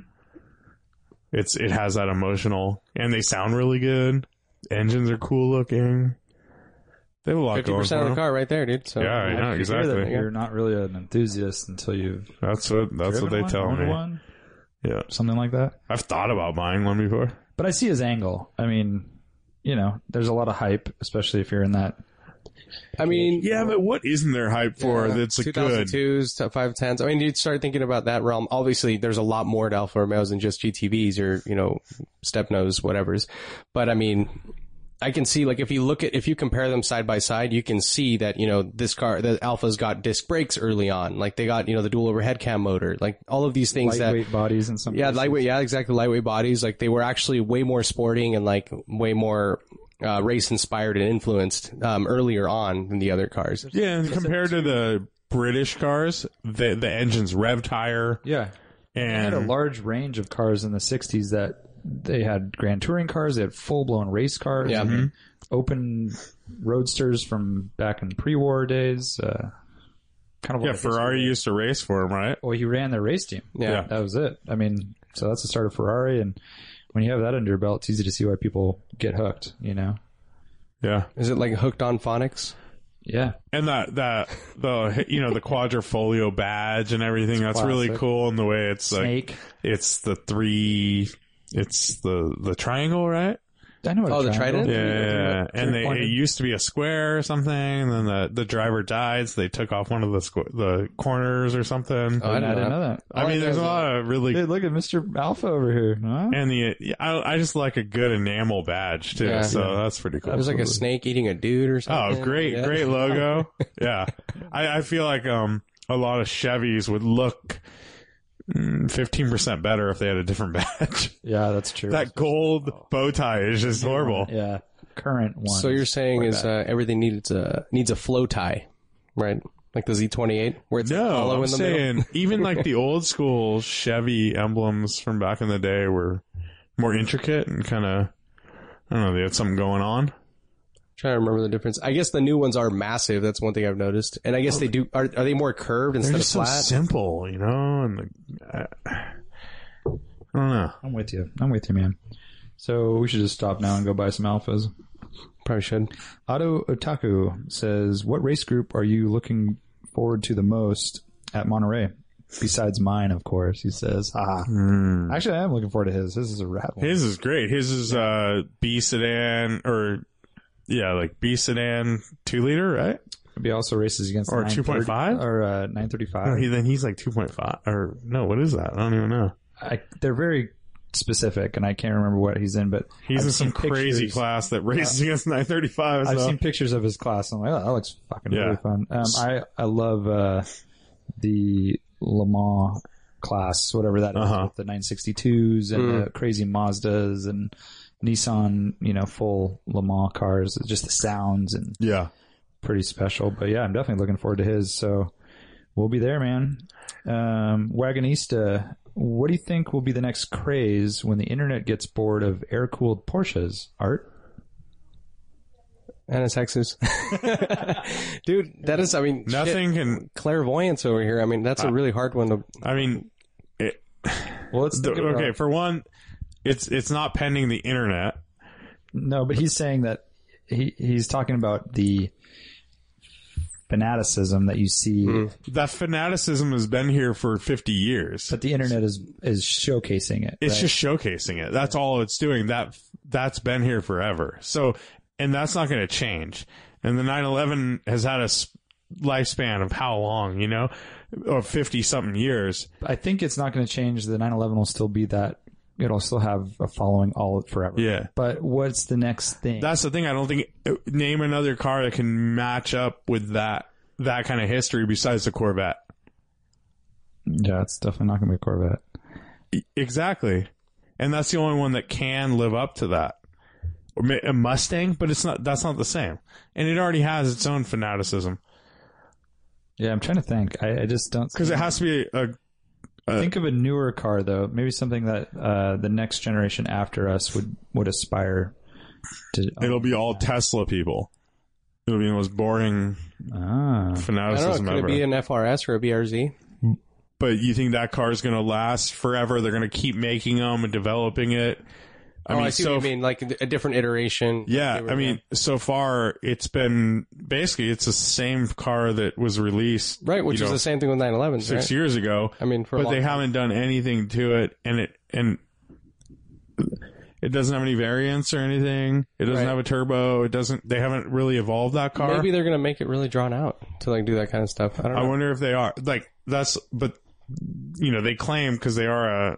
S4: It's it has that emotional, and they sound really good. Engines are cool looking. They have a lot
S5: Fifty
S4: going
S5: percent
S4: for
S5: of the
S4: 'em.
S5: car, right there, dude. So
S4: Yeah, I know
S6: You hear that
S4: exactly.
S6: You're not really an enthusiast until you've
S4: That's what that's
S6: driven
S4: what they
S6: one,
S4: tell
S6: owned
S4: me.
S6: one,
S4: Yeah,
S6: something like that.
S4: I've thought about buying one before.
S6: but I see his angle. I mean, you know, there's a lot of hype, especially if you're in that
S5: I mean,
S4: Yeah, but what isn't there hype for that's a good?
S5: 2002s, top 510s. I mean, you start thinking about that realm. Obviously, there's a lot more to Alfa Romeos than just GTVs or, you know, Stepnos, whatever's. But I mean, I can see, like, if you look at, if you compare them side by side, you can see that, you know, this car, the Alfa's got disc brakes early on. Like, they got, you know, the dual overhead cam motor. Like, all of these things that.
S6: Lightweight bodies and some.
S5: Yeah,
S6: places.
S5: lightweight. Yeah, exactly. Lightweight bodies. Like they were actually way more sporting and like way more uh, race inspired and influenced um, earlier on than the other cars.
S4: Yeah, and compared to the British cars, the the engines revved higher
S6: Yeah. They had a
S5: Mm-hmm.
S4: and
S6: large range of cars in the 60s that they had grand touring cars, they had full blown race cars,
S5: Yeah. Mm-hmm.
S6: and open roadsters from back in pre war days. Uh, kind of
S4: yeah,
S6: like-
S4: Ferrari used to race for them, right?
S6: Well, he ran their race team.
S5: Yeah.
S6: That was it. I mean, so that's the start of Ferrari. And when you have that under your belt, it's easy to see why people get hooked, you know?
S4: Yeah,
S5: Is it like hooked on phonics?
S6: Yeah.
S4: and that that the you know the quadrifolio badge and everything that's really
S6: classic.
S4: cool. And the way it's like
S6: Snake.
S4: it's the three, it's the the triangle, right?
S6: I know what
S5: Oh,
S6: a
S5: the
S6: triangle-
S5: trident?
S4: Yeah, and they
S6: three-pointed.
S4: it used to be a square or something, and then the the driver died, so they took off one of the squ- the corners or
S5: Oh,
S4: something.
S5: I
S6: I
S5: don't
S6: didn't
S5: know.
S6: know that.
S4: I mean, there's a lot of really
S6: Hey, look at Mr. Alpha over here. Huh?
S4: And the yeah, I, I just like a good enamel badge too,
S5: Yeah.
S4: so that's pretty cool.
S5: It was like a snake eating a dude or something.
S4: oh, great,
S5: Yeah. (laughs)
S4: great logo. yeah, I, I feel like um a lot of Chevys would look mm, fifteen percent better if they had a different (laughs) badge.
S6: Yeah, that's true.
S4: that gold bow tie is just horrible.
S6: yeah. Current one.
S5: So you're saying
S6: Like
S5: is uh, everything needs a needs a flow tie, right? Like the Z28, where it's
S4: No,
S5: hollow
S4: I'm
S5: in the middle. (laughs)
S4: saying even like the old school Chevy emblems from back in the day were more intricate and kind of I don't know they had something going on.
S5: Trying to remember the difference. I guess the new ones are massive. That's one thing I've noticed. And I guess they do. Are, are they more curved
S4: Oh. They're
S5: instead of
S4: just so
S5: flat?
S4: simple, you know, and the, I, I don't know.
S6: I'm with you. I'm with you, man. So we should just stop now and go buy some alphas.
S5: Probably should.
S6: Auto Otaku says, "What race group are you looking forward to the most at Monterey?" Besides mine, of course, he says. Ah,
S4: Hmm.
S6: actually, I am looking forward to his. This is a rap. one.
S4: His is great. His is uh B sedan or yeah, like B sedan two liter, right?
S6: He also races against
S4: Or
S6: 930
S4: 2.5?
S6: or uh,
S4: No,
S6: 935.
S4: he, then he's like two point five or no, what is that? I don't even know.
S6: I, they're very specific, and I can't remember what he's in, but
S4: He's
S6: I've
S4: in some
S6: seen
S4: crazy
S6: pictures.
S4: class that races against nine thirty five.
S6: I've
S4: So.
S6: seen pictures of his class. and I'm like, oh, that looks fucking
S4: Yeah.
S6: really fun. Um, I I love uh, the Le Mans class, whatever that is,
S4: Uh-huh. Mm.
S6: with the 962s and the crazy Mazdas and Nissan, you know, full Le Mans cars. It's Just the sounds and
S4: yeah.
S6: pretty special. But yeah, I'm definitely looking forward to his. So we'll be there, man. Um, Wagonista, what do you think will be the next craze when the internet gets bored of air cooled Porsches? Art.
S5: Anasexes. (laughs) Dude, that is, I mean, shit,
S4: Nothing can
S5: clairvoyance over here. I mean, that's a really hard one to.
S4: I mean it,
S6: Well, let's
S4: the,
S6: think about-
S4: okay, for one, it's it's not pending the internet.
S6: No, but he's saying that he he's talking about the fanaticism that you see,
S4: Hmm. That fanaticism has been here for fifty years.
S6: but the internet is is showcasing it.
S4: It's
S6: right?
S4: just showcasing it. That's all it's doing. That that's been here forever. So, and that's not going to change. And the 911 has had a s- lifespan of how long, you know, or 50 something years.
S6: I think it's not going to change. The 9/11 will still be that. It'll still have a following all forever.
S4: Yeah.
S6: But what's the next thing?
S4: That's the thing. I don't think uh, name another car that can match up with that that kind of history besides the Corvette.
S6: yeah, it's definitely not going to be a Corvette.
S4: Exactly. And that's the only one that can live up to that. Or ma- A Mustang, but it's not that's not the same. And it already has its own fanaticism
S6: Yeah, I'm trying to think. I, I just don't
S4: because it has to be a
S6: think of a newer car though. Maybe something that uh, the next generation after us would would aspire to. oh,
S4: It'll be all Tesla people. It'll be the most boring
S6: Ah.
S5: I don't
S4: fanaticism
S5: know. Could
S4: ever.
S5: it be an FRS or a BRZ?
S4: but you think that car is going to last forever? They're going to keep making them and developing it. I
S5: oh,
S4: mean,
S5: I see
S4: so
S5: what you mean. Like a different iteration.
S4: yeah,
S5: They were-
S4: I mean, so far it's been basically it's the same car that was released
S5: Right, which
S4: you
S5: is
S4: know,
S5: the same thing with 911s.
S4: six
S5: right?
S4: years ago.
S5: I mean, for a
S4: but
S5: long
S4: they
S5: time.
S4: haven't done anything to it, and it and It doesn't have any variants or anything. It doesn't
S5: Right.
S4: have a turbo. It doesn't. They haven't really evolved that car.
S5: Maybe they're gonna make it really drawn out to like do that kind of stuff. I don't know.
S4: I wonder if they are like that's. But you know, they claim because they are a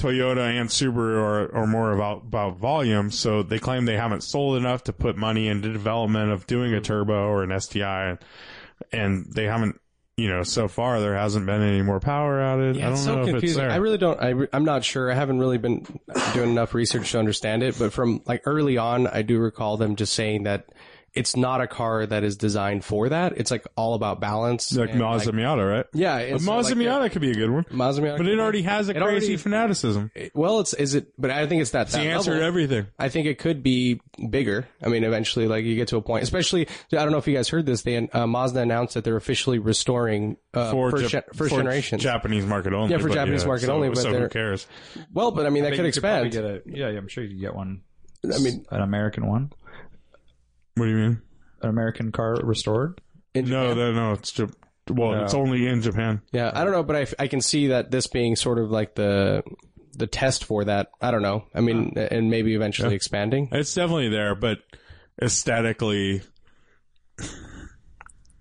S4: Toyota and Subaru are, are more about about volume, so they claim they haven't sold enough to put money into development of doing a
S5: Mm-hmm.
S4: turbo or an STI, and, and they haven't. You know, so far there hasn't been any more power added. I
S5: Yeah,
S4: don't
S5: it's so
S4: know if it's
S5: confusing.
S4: there.
S5: I really don't. I, re- I'm not sure. I haven't really been doing enough research to understand it. But from like early on, I do recall them just saying that it's not a car that is designed for that. It's like all about balance.
S4: like
S5: and,
S4: Mazda Miata, right?
S5: yeah, it's
S4: Mazda
S5: like,
S4: Miata could be a good one.
S5: Mazda Miata.
S4: But it already has a
S5: It
S4: crazy
S5: already-
S4: fanaticism.
S5: Well, it's is it? But I think it's that.
S4: It's the
S5: that
S4: answer
S5: level.
S4: to everything.
S5: I think it could be bigger. I mean, eventually, like you get to a point, especially, I don't know if you guys heard this, they, uh, Mazda announced that they're officially restoring, uh, first,
S4: Ja-
S5: gen- first
S4: for
S5: generation.
S4: Japanese market only.
S5: Yeah, for
S4: but
S5: Japanese market
S4: so-
S5: only, but
S4: so who
S5: they're-
S4: cares?
S5: well, but I mean, that
S6: I
S5: could
S6: think you probably
S5: expand.
S6: get a- yeah, yeah, I'm sure you could get one.
S5: I mean,
S6: an American one,
S4: What do you mean?
S6: an American car restored.
S5: in
S4: No,
S5: Japan.
S4: no, no. It's Jap- well,
S6: No.
S4: it's only in Japan.
S5: yeah, I don't know, but I, f- I can see that this being sort of like the, the test for that. I don't know. I mean, and maybe eventually expanding.
S4: It's definitely there, but aesthetically,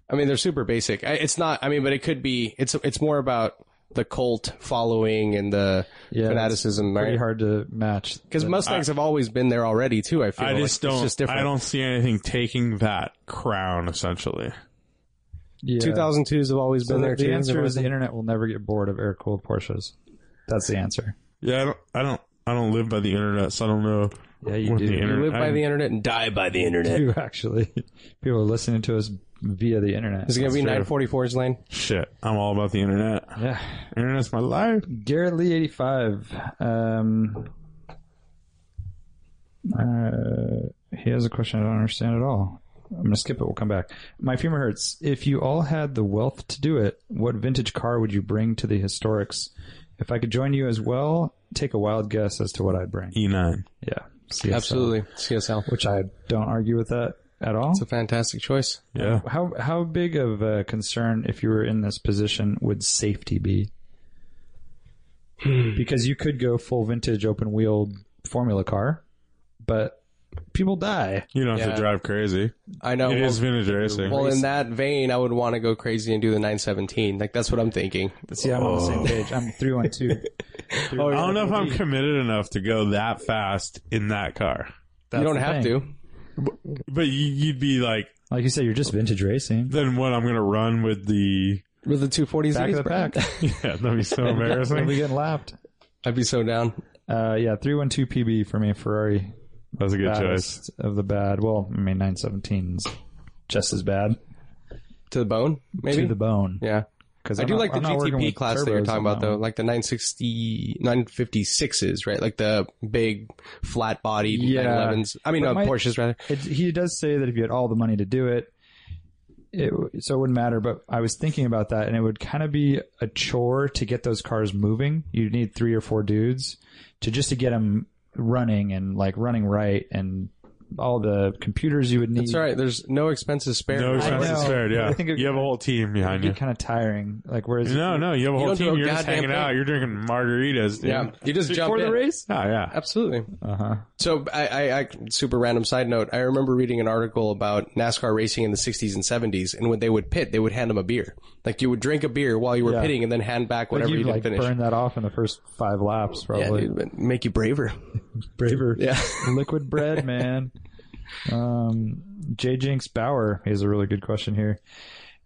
S5: I mean, they're super basic. I, it's not. I mean, but it could be. It's it's more about the cult following and the
S6: Yeah,
S5: fanaticism,
S6: Pretty
S5: right?
S6: hard to match.
S5: Because Mustangs have always been there already too. I feel.
S4: I
S5: Like,
S4: just
S5: It's
S4: don't.
S5: just different.
S4: I don't see anything taking that crown. Essentially,
S6: Yeah.
S5: 2002s have always
S6: So
S5: been
S6: the,
S5: there
S6: the
S5: too.
S6: answer is the internet will never get bored of air cooled Porsches. That's the answer.
S4: yeah. I don't. I don't. I don't live by the internet, so I don't know.
S6: Yeah, you
S4: what
S6: do.
S4: The
S6: You
S4: internet,
S5: you live by
S4: I'm-
S5: the internet and die by the internet.
S6: You (laughs) actually, people are listening to us via the internet.
S5: Is it gonna be 944s lane?
S4: shit. I'm all about the internet.
S6: Yeah.
S4: Internet's my life.
S6: (sighs) Garrett Lee eighty five. Um, uh, he has a question I don't understand at all. I'm gonna skip it. We'll come back. My femur hurts. If you all had the wealth to do it, what vintage car would you bring to the historics? If I could join you as well, take a wild guess as to what I'd bring.
S4: E9.
S6: Yeah, CSL,
S5: Absolutely, CSL.
S6: Which I don't argue with that at all.
S5: It's a fantastic choice.
S4: Yeah.
S6: How how big of a concern if you were in this position would safety be?
S5: Hmm.
S6: Because you could go full vintage open wheel formula car, but people die.
S4: You don't have
S5: Yeah.
S4: to drive crazy.
S5: I know.
S4: It
S5: well,
S4: is vintage racing.
S5: well, in that vein, I would want to go crazy and do the 917. Like that's what I'm thinking.
S6: See, I'm on the
S5: Oh.
S6: same page. I'm three one
S5: (laughs)
S6: two.
S4: I don't know if I'm committed enough to go that fast in that car.
S5: you don't
S6: the
S5: have
S6: thing.
S5: to.
S4: But you- you'd be like,
S6: Like you said, you're just vintage racing.
S4: then what? I'm going to run with the. (laughs)
S5: With the 240s,
S6: Back of the
S5: bro.
S6: pack.
S4: Yeah, that'd
S5: (laughs)
S4: be so
S6: We'll be
S4: embarrassing.
S6: getting lapped.
S5: I'd be so down.
S6: Uh, yeah, three one two PB for me. Ferrari
S4: That was a good choice.
S6: baddest of the bad. Well, I mean nine seventeen's just as bad
S5: To the bone, maybe?
S6: to the bone.
S5: yeah.
S6: Because
S5: I do like the GTP
S6: GTP
S5: class that you're talking about, though. Like the 960, 956s, right? Like the big, flat bodied
S6: Yeah.
S5: 911s. I mean,
S6: But
S5: uh,
S6: my-
S5: Porsches, rather.
S6: It, he does say that if you had all the money to do it, it w- so it wouldn't matter. But I was thinking about that, and it would kind of be a chore to get those cars moving. You'd need three or four dudes to just to get them running and like running right, and all the computers you would need.
S5: That's right. There's no expenses spared.
S4: No expenses
S6: know.
S4: spared, yeah.
S6: I think it-
S4: you have a whole team
S6: It'd
S4: behind
S6: be
S4: you.
S6: kind of tiring. Like whereas if
S4: No,
S6: you-
S4: no, you have a
S5: You
S4: whole
S5: don't do
S4: team.
S5: a
S4: You're just
S5: goddamn
S4: hanging
S5: thing.
S4: out. You're drinking margaritas, dude.
S5: Yeah. You just jump
S4: Before the
S5: in.
S4: race? Oh, yeah.
S5: Absolutely.
S6: Uh-huh.
S5: So I, I, I, super random side note. I remember reading an article about NASCAR racing in the 60s and 70s, and when they would pit, they would hand them a beer. Like you would drink a beer while you were
S6: Yeah.
S5: pitting, and then hand back
S6: Like
S5: whatever
S6: you
S5: you didn't
S6: like
S5: finish.
S6: burn that off in the first five laps,
S5: yeah,
S6: probably.
S5: dude, but make you braver.
S6: (laughs) Braver.
S5: (laughs) Yeah.
S6: liquid bread, man. Um, J Jinx Bauer is a really good question here.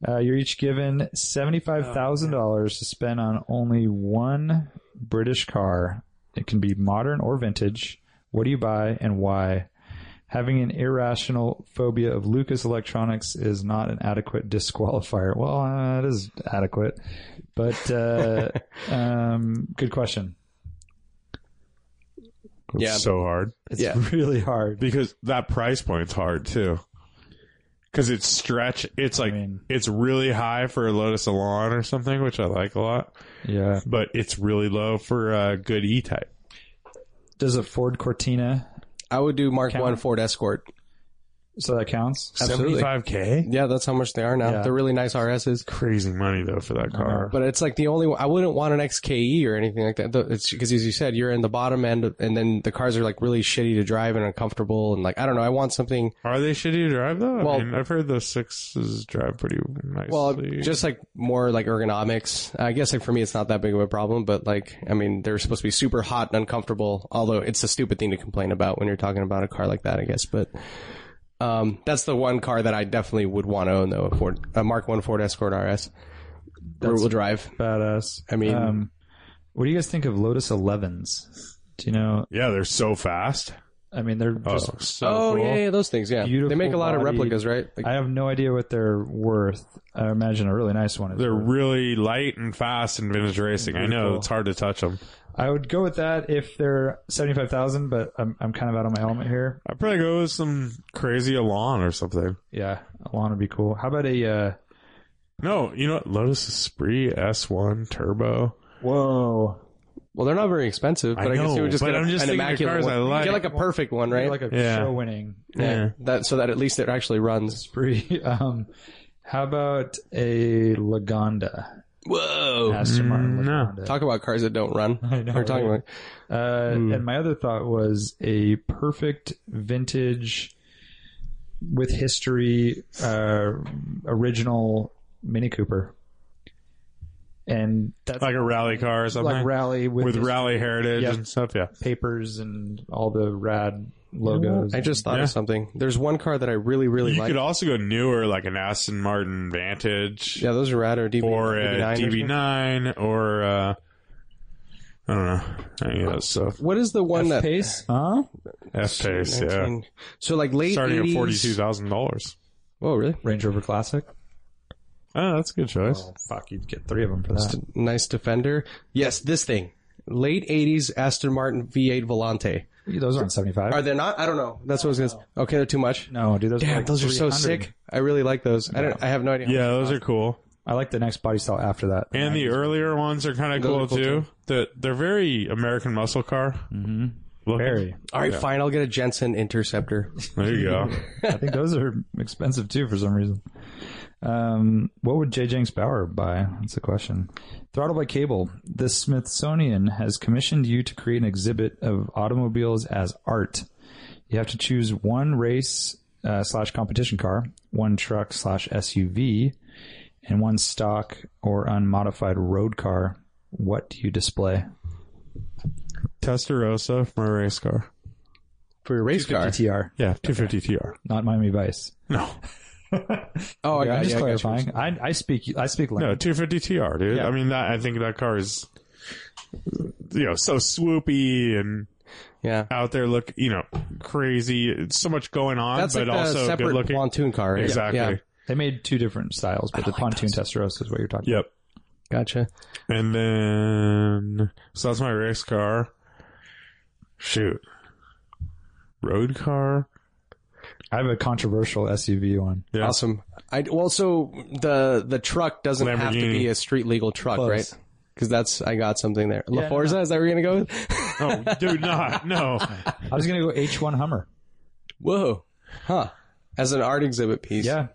S6: Uh, you're each given seventy-five thousand dollars to spend on only one British car. It can be modern or vintage. What do you buy and why? Having an irrational phobia of Lucas Electronics is not an adequate disqualifier. Well, uh, it is adequate, but uh, um, good question.
S4: It's
S5: Yeah.
S4: so hard.
S6: It's
S5: Yeah.
S6: (laughs) really hard.
S4: Because that price point's hard, too. Because it's stretch. It's like,
S6: mean-
S4: it's really high for a Lotus Elan or something, which I like a lot.
S6: Yeah.
S4: But it's really low for a good E type.
S6: Does a Ford Cortina
S5: I would do Mark One Ford Escort.
S6: So that counts.
S5: Absolutely.
S4: 75k.
S5: Yeah, that's how much they are now.
S6: Yeah.
S5: They're really nice RSs.
S4: Crazy money though for that car.
S5: But it's like the only I wouldn't want an XKE or anything like that. Though It's because as you said, you're in the bottom end, and then the cars are like really shitty to drive and uncomfortable, and like I don't know. I want something.
S4: Are they shitty to drive though?
S5: Well-
S4: I mean, I've heard the sixes drive pretty nicely.
S5: Well, just like more like ergonomics. I guess like for me, it's not that big of a problem, but like I mean, they're supposed to be super hot and uncomfortable. Although it's a stupid thing to complain about when you're talking about a car like that, I guess. But um, that's the one car that I definitely would want to own, though. A Ford, a Mark One Ford Escort RS, rear-wheel drive.
S6: Badass.
S5: I mean-
S6: um, what do you guys think of Lotus 11s? Do you know?
S4: yeah, they're so fast.
S6: I mean, they're
S4: Oh,
S6: just.
S4: so
S5: oh
S4: cool.
S5: yeah, yeah, those things. Yeah,
S6: Beautiful
S5: they make a lot of
S6: body.
S5: replicas, right? Like,
S6: I have no idea what they're worth. I imagine a really nice one. Is
S4: They're
S6: worth.
S4: really light and fast in vintage racing. I know it's hard to touch them.
S6: I would go with that if they're seventy-five thousand, but I'm I'm kind of out on my element here.
S4: I'd probably go with some crazy Elan or something.
S6: Yeah, Alon would be cool. How about a uh,
S4: No, you know what? Lotus Esprit S1 Turbo.
S6: whoa?
S5: Well, they're not very expensive,
S4: I
S5: but I, guess you
S4: know,
S5: would just
S4: but
S5: get a-
S4: I'm just
S5: an
S4: thinking of
S5: immaculate
S4: cars
S5: one.
S4: I
S5: You
S4: like.
S5: get like a perfect one, right?
S6: Like a
S4: Yeah.
S6: show-winning
S4: Yeah.
S5: that so that at least it actually runs.
S6: spree. (laughs) Um, how about a Lagonda?
S5: Whoa!
S6: Aston Martin
S4: Mm, no.
S6: Lagonda.
S5: Talk about cars that don't run.
S6: (laughs) I know,
S5: We're talking
S6: right?
S5: about
S6: Uh,
S5: Hmm.
S6: And my other thought was a perfect vintage with history uh, original Mini Cooper, and that's like,
S4: Eh. Like a rally car or something.
S6: rally with,
S4: with
S6: his
S4: rally heritage
S6: Yep.
S4: and stuff, yeah.
S6: papers and all the rad logos.
S5: I just thought
S4: Yeah.
S5: of something. There's one car that I really, really
S4: You
S5: like.
S4: could also go newer, like an Aston Martin Vantage
S5: yeah, those are rad or DB
S4: or a
S5: DB9 or something.
S4: DB9 or, uh, I don't know, any of that stuff.
S5: What is the one that
S6: pace, huh?
S4: F Pace, yeah.
S5: 19 So like late
S4: Starting
S5: 80s.
S4: at $42,000.
S5: Oh, really?
S6: Range Rover Classic.
S4: Oh, that's a good choice.
S6: fuck, you'd get three of them for that.
S5: Nice Defender. Yes, this thing. Late 80s Aston Martin V8 Volante.
S6: Those aren't seventy-five.
S5: Are they not? I don't know. That's what I was gonna. say. Okay, they're too much.
S6: no, dude, those
S5: Damn,
S6: are like
S5: those are so
S6: 300.
S5: sick. I really like those. I don't. I have no idea. how
S4: Yeah, those are cool.
S6: I like the next body style after that.
S4: And the earlier ones are kind of
S5: Those
S4: cool,
S5: are cool,
S4: too. The, they're very American muscle car. Mm-hmm.
S6: Very.
S5: All right, fine. I'll get a Jensen Interceptor.
S4: There
S5: (laughs)
S4: you go.
S6: I think those are expensive too for some reason. Um, what would J. Jenks Bauer buy? That's the question. Throttle by cable. The Smithsonian has commissioned you to create an exhibit of automobiles as art. You have to choose one race uh, slash competition car, one truck slash SUV, and one stock or unmodified road car. What do you display?
S4: Testarossa from a race car.
S5: for your race car.
S6: TR,
S4: Yeah, 250 TR.
S6: not Miami Vice.
S4: No,
S5: Oh, I
S6: I'm
S5: got-
S6: just
S5: yeah, I got you.
S6: clarifying. I, I speak. I speak.
S4: no,
S6: Latin.
S4: 250 TR, dude. I mean, that I think that car is, you know, so swoopy and
S5: Yeah,
S4: out there look, you know, crazy. It's so much going on,
S5: that's
S4: but
S5: like the
S4: also good
S5: separate
S4: looking.
S5: pontoon car. right?
S4: Exactly.
S5: Yeah.
S6: They made two different styles, but the pontoon Testarossa is what you're talking
S4: Yep.
S5: Gotcha.
S4: And then, so that's my race car. Shoot, road car.
S6: about. I have a controversial SUV one.
S4: Yeah.
S5: Awesome. I well, so the the truck doesn't have to
S4: Lamborghini.
S5: be a street legal truck,
S6: Close.
S5: right? Because that's I got something there. La
S6: no,
S5: Forza is that where you're gonna go? With?
S4: Oh, dude, not no. (laughs)
S6: I was going to go H1 Hummer.
S5: Whoa, huh? As an art exhibit piece.
S6: Yeah.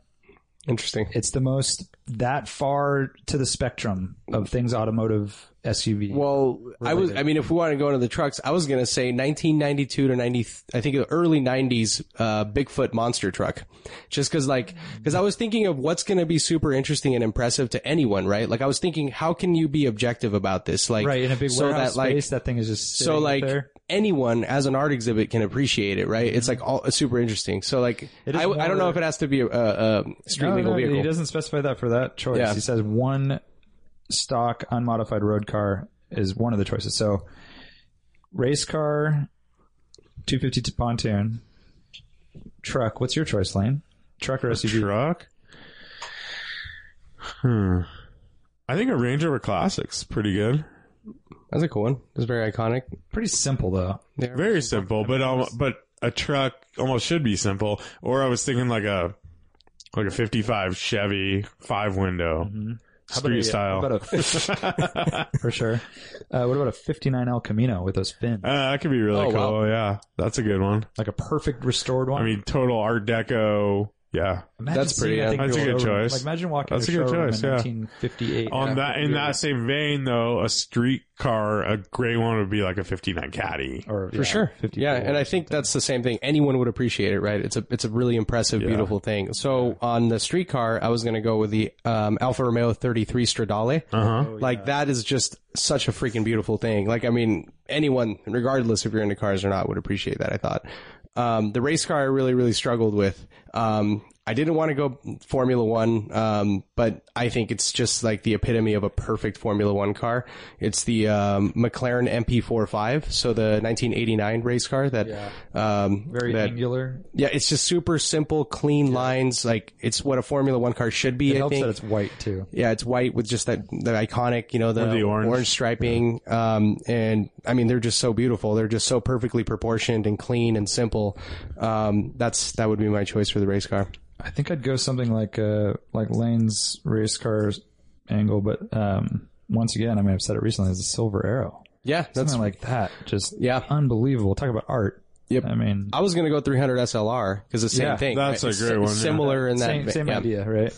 S5: interesting.
S6: It's the most that far to the spectrum of things automotive SUV.
S5: Well, I was. I mean, if we want to go into the trucks, I was gonna say 1992 to 90. I think the early 90s uh, Bigfoot monster truck. Just because, like, because I was thinking of what's gonna be super interesting and impressive to anyone, right? Like, I was thinking, how can you be objective about this? Like,
S6: right. In a big
S5: so
S6: warehouse
S5: that, like,
S6: space, that thing is just sitting
S5: so
S6: up
S5: like
S6: there.
S5: anyone as an art exhibit can appreciate it right it's like all it's super interesting so like
S6: It is
S5: I, I don't
S6: more-
S5: know if Mm-hmm. it has to be a, a, a street
S6: No,
S5: legal
S6: no, he
S5: vehicle
S6: doesn't specify that for that choice.
S5: Yeah.
S6: He says one stock unmodified road car is one of the choices. So race car, 250 to pontoon, truck. What's your choice, Lane? Truck or SUV?
S4: truck. Hmm. I think a Range Rover Classic's pretty good.
S5: that's a cool one it's very iconic
S6: Pretty simple though.
S4: Very simple, but um, but a truck almost should be simple.
S5: Mm-hmm.
S4: Or I was thinking like a like a '55 Chevy five window. Screw you style.
S6: How about
S4: (laughs)
S5: (laughs)
S6: a- for sure. Uh, what about a 59 El Camino with those fins?
S4: Uh, that could be really
S5: Oh,
S4: cool.
S5: wow.
S4: Yeah, that's a good one.
S6: Like a perfect restored one.
S4: I mean, total Art Deco. Yeah,
S6: Imagine
S5: that's pretty,
S6: seeing
S5: yeah.
S6: thing
S4: That's a
S6: go
S4: good
S6: over-
S4: choice.
S6: Like imagine walking
S4: That's
S6: to
S4: a good
S6: showroom
S4: choice,
S6: in
S4: yeah.
S6: 1958.
S4: On
S6: Yeah.
S4: that, in that same vein, though, a street car, a gray one would be like a '59 Caddy.
S6: or,
S5: For sure. Yeah, and I think that's the same thing. Anyone would appreciate it, right? It's a it's a really impressive, beautiful thing. So on the streetcar, I was going to go with the um, Alfa Romeo 33 Stradale.
S4: Uh huh.
S6: Oh,
S5: Like that is just such a freaking beautiful thing. Like I mean, anyone, regardless if you're into cars or not, would appreciate that. I thought um, the race car I really really struggled with. Um, I didn't want to go Formula One, um, but I think it's just like the epitome of a perfect Formula One car. It's the um, McLaren MP45, so the 1989 race car that um,
S6: very
S5: that,
S6: angular.
S5: yeah, it's just super simple, clean lines. Like it's what a Formula One car should be.
S6: It
S5: I
S6: helps
S5: think
S6: that it's white too.
S5: yeah, it's white with just that the iconic, you know, the,
S4: With the orange.
S5: orange. striping. Um, and I mean, they're just so beautiful. They're just so perfectly proportioned and clean and simple. Um, that's that would be my choice for the race car.
S6: I think I'd go something like uh like Lane's race cars angle, but um once again, I mean I've said it recently, is a silver arrow.
S5: Yeah, that's
S6: Something like that. Just
S5: Yeah.
S6: unbelievable. Talk about art.
S5: Yep.
S6: I mean
S5: I was gonna go 300 SLR because the same
S6: Yeah,
S5: thing.
S4: that's a
S5: It's
S4: great one, yeah.
S5: Similar in that
S6: same
S5: vein.
S6: same
S5: Yeah.
S6: idea, right?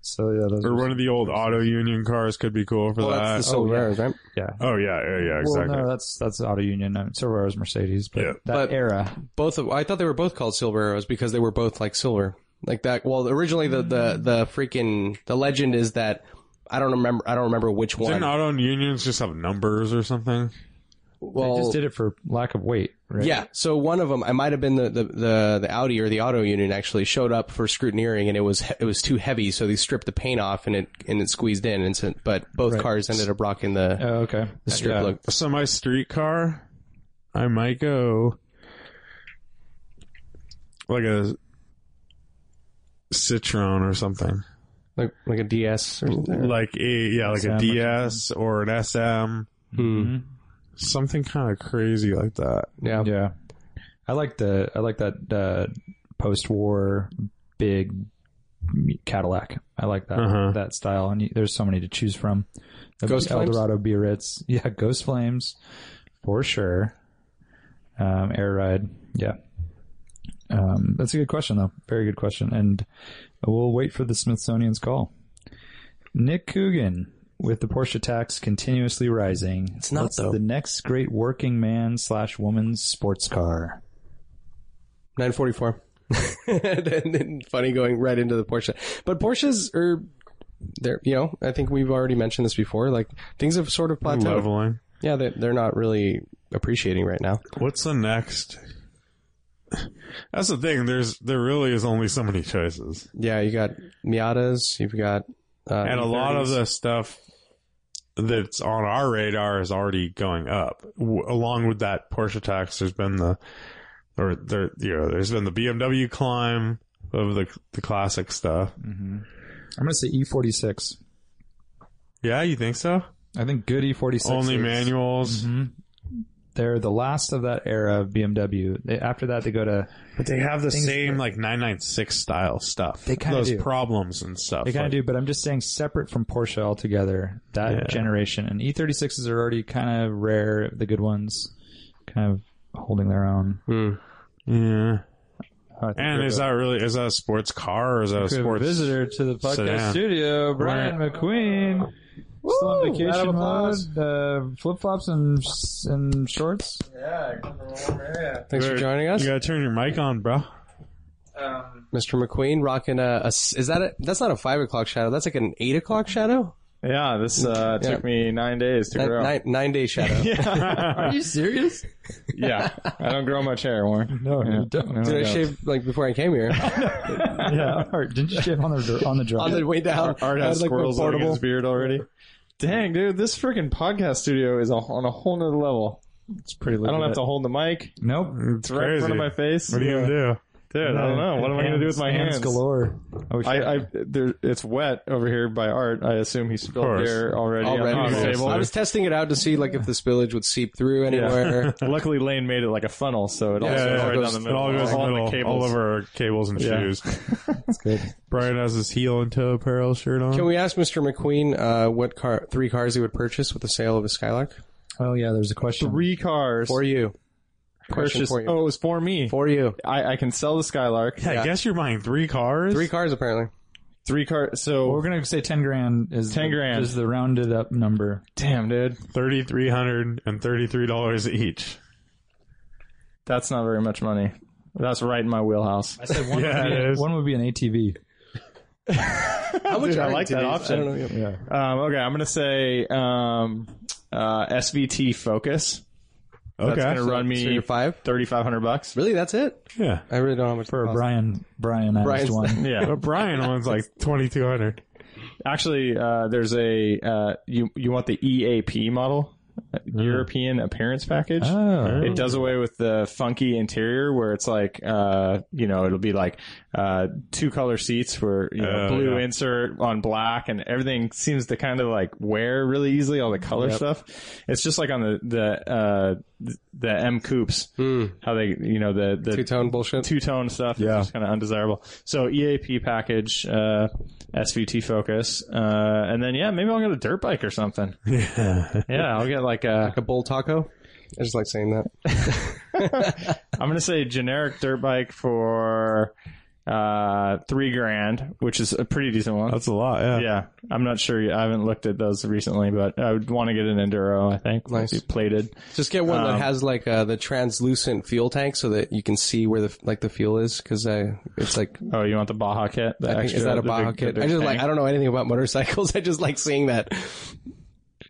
S6: So yeah, those
S4: Or
S6: are,
S4: one of the old Auto Union cars could be cool for
S5: Well,
S4: that.
S5: Oh, that's the silver, arrows, right?
S6: yeah.
S4: oh yeah, yeah, yeah, exactly.
S6: Well, no, that's that's Auto Union. I mean, Silver Arrow's Mercedes, but
S4: Yeah.
S6: that
S5: But-
S6: era.
S5: Both of I thought they were both called silver arrows because they were both like silver, like that. Well, originally the the the freaking the legend is that I don't remember I don't remember which one.
S4: Didn't Auto Unions just have numbers or something?
S5: well,
S6: they just did it for lack of weight, right?
S5: Yeah. So one of them, I might have been the, the, the, the Audi or the auto union actually showed up for scrutineering and it was, he- it was too heavy. So they stripped the paint off and it, and it squeezed in. And so, but both cars ended up rocking the,
S6: Oh, okay.
S5: the strip
S4: Yeah.
S5: look.
S4: So my street car, I might go like a Citroen or something.
S5: Like, like a DS or something.
S4: Like a yeah, like
S6: SM
S4: a
S6: or
S4: DS or an SM,
S6: Mm-hmm.
S5: Hmm.
S4: something kind of crazy like that.
S5: Yeah.
S6: Yeah, I like the I like that uh, post-war big Cadillac. I like that
S4: Uh-huh.
S6: that style, and you, there's so many to choose from. The
S5: Ghost
S6: El
S5: Flames?
S6: Dorado Biarritz, (laughs) yeah, Ghost Flames for sure. Um, Air Ride, yeah. Um, that's a good question, though. Very good question, and we'll wait for the Smithsonian's call. Nick Coogan with the Porsche tax continuously rising. It's
S5: not, though.
S6: the next great working man slash woman's sports car.
S5: 944. (laughs) Then- then funny going right into the Porsche. But Porsches are, they're, you know, I think we've already mentioned this before. Like things have sort of plateaued.
S4: Leveling.
S5: Yeah. They're, they're not really appreciating right now.
S4: What's the next? That's the thing. There's there really is only so many choices,
S5: Yeah. You got Miatas. You've got, uh,
S4: and a lot of
S5: E30s.
S4: the stuff that's on our radar is already going up. W- along with that Porsche tax, there's been the or there you know there's been the BMW climb of the the classic stuff.
S6: I'm going to say E E46.
S4: Yeah, you think so?
S6: I think good E46.
S4: only
S6: is-
S4: manuals.
S6: Mm-hmm. They're the last of that era of BMW. They, after that, they go to
S4: But they have the
S6: Things
S4: same like 996 style stuff.
S6: They kinda
S4: those
S6: do.
S4: problems and stuff.
S6: they kind
S4: like-
S6: of do, but I'm just saying separate from Porsche altogether. That
S4: Yeah.
S6: generation and E36s are already kind of rare. The good ones, kind of holding their own.
S5: E Hmm.
S4: Yeah.
S6: Oh, I think
S4: And
S6: we
S4: is
S6: have
S4: that really is that a sports car or is that a
S6: a- we have a
S4: sports
S6: visitor to the podcast
S4: sedan.
S6: studio, Brian McQueen. Still on vacation mode, uh, flip flops and and shorts.
S5: Thanks for joining us.
S4: You gotta turn your mic on, bro.
S5: Mr. McQueen rocking a, a s- is that a that's not a five o'clock shadow that's like an eight o'clock shadow
S7: Yeah, this uh,
S5: Yeah.
S7: took me nine days to
S5: nine,
S7: grow.
S5: nine, nine day shadow
S7: Yeah.
S5: you serious
S7: (laughs) yeah, I don't grow much hair, Warren.
S6: No,
S7: Yeah.
S6: you don't.
S7: No,
S5: did I
S7: no.
S5: shave like before I came
S7: (laughs)
S6: (laughs)
S5: here
S6: yeah, Art, didn't you shave on the on the drive?
S5: on the way down
S7: Art
S5: I
S7: has
S5: had, like, my
S7: squirrels on
S5: portable
S7: his beard already. Dang, dude, this freaking podcast studio is a, on a whole nother level.
S6: it's pretty.
S7: I don't have
S6: legit.
S7: to hold the mic.
S6: Nope.
S4: It's
S7: Right in
S4: crazy.
S7: front of my face.
S4: what are you
S7: Yeah.
S4: gonna do?
S7: Dude, I don't know. What am I going to do with my hands?
S6: galore. Oh, shit.
S7: I, I there, it's wet over here by Art. I assume he spilled
S4: course.
S7: beer already. on
S5: Already,
S7: the
S4: obviously.
S7: table.
S5: I was testing it out to see like if the spillage would seep
S7: (laughs)
S5: through anywhere.
S7: Luckily, Lane made it like a funnel, so it
S5: Yeah,
S7: all goes
S5: yeah, yeah.
S7: right down the
S4: It
S7: middle.
S4: all goes
S7: on
S4: in the
S7: the
S4: middle,
S7: cables.
S4: all over our cables and
S7: Yeah.
S4: shoes. (laughs)
S6: That's good.
S4: Brian has his heel and toe apparel shirt on.
S5: Can we ask Mr. McQueen uh, what car, three cars he would purchase with the sale of a Skylark
S6: Oh yeah, there's a question.
S7: Three cars.
S5: for you? Question
S7: purchased.
S5: for you.
S7: Oh, it was for me.
S5: For you,
S7: I, I can sell the Skylark.
S4: I guess you're buying three cars.
S5: three cars apparently.
S7: Three car. So
S6: Well, we're gonna say ten grand is
S7: 10
S6: the,
S7: grand.
S6: is the rounded up number.
S7: damn, dude,
S4: Thirty three hundred and thirty three dollars each.
S7: that's not very much money. That's right in my wheelhouse. (laughs)
S6: I said one,
S4: Yeah,
S6: would, be,
S4: it is.
S6: one would be an ATV.
S5: How much
S7: Dude, I
S5: are
S7: like
S5: ATVs?
S7: that option.
S5: I don't know.
S6: Yeah,
S7: Um, okay, I'm gonna say um, uh, SVT Focus.
S4: Okay.
S7: That's gonna run
S5: So
S7: me
S5: you're five.
S7: thirty five hundred bucks.
S5: Really, that's it.
S4: yeah.
S5: I really don't know how much.
S6: for a Brian, Brian, I
S5: Brian's-
S6: just one.
S5: (laughs)
S7: Yeah.
S4: But Brian owns (laughs) like twenty two hundred.
S7: Actually, uh, there's a uh, you you want the EAP model, Uh, Mm. European Appearance Package.
S6: Oh,
S7: It does away with the funky interior where it's like, uh, you know, it'll be like uh, two color seats where you know,
S4: Oh,
S7: blue
S4: yeah.
S7: insert on black, and everything seems to kind of like wear really easily. All the color stuff. It's just like on the the uh, th- the M coupes,
S5: Hmm.
S7: how they you know the the
S5: Two tone bullshit.
S7: two tone stuff.
S4: Yeah.
S7: Yeah, just kind of undesirable. So EAP package, uh, SVT focus, uh, and then yeah, maybe I'll get a dirt bike or something.
S4: (laughs) Yeah.
S7: Yeah, I'll get like a.
S5: like a bull taco. I just like saying that.
S7: I'm gonna say generic dirt bike for uh, three grand, which is a pretty decent one.
S4: That's a lot, yeah.
S7: yeah, I'm not sure. yet. I haven't looked at those recently, but I would want to get an enduro. I think
S5: Nice.
S7: Be plated.
S5: Just get one that has like uh, the translucent fuel tank, so that you can see where the like the fuel is, because it's like
S7: Oh, you want the Baja kit? The
S5: I think,
S7: extra-
S5: is that a
S7: the
S5: Baja
S7: big- the
S5: kit?
S7: big
S5: I just
S7: tank?
S5: like I don't know anything about motorcycles. (laughs) I just like seeing that.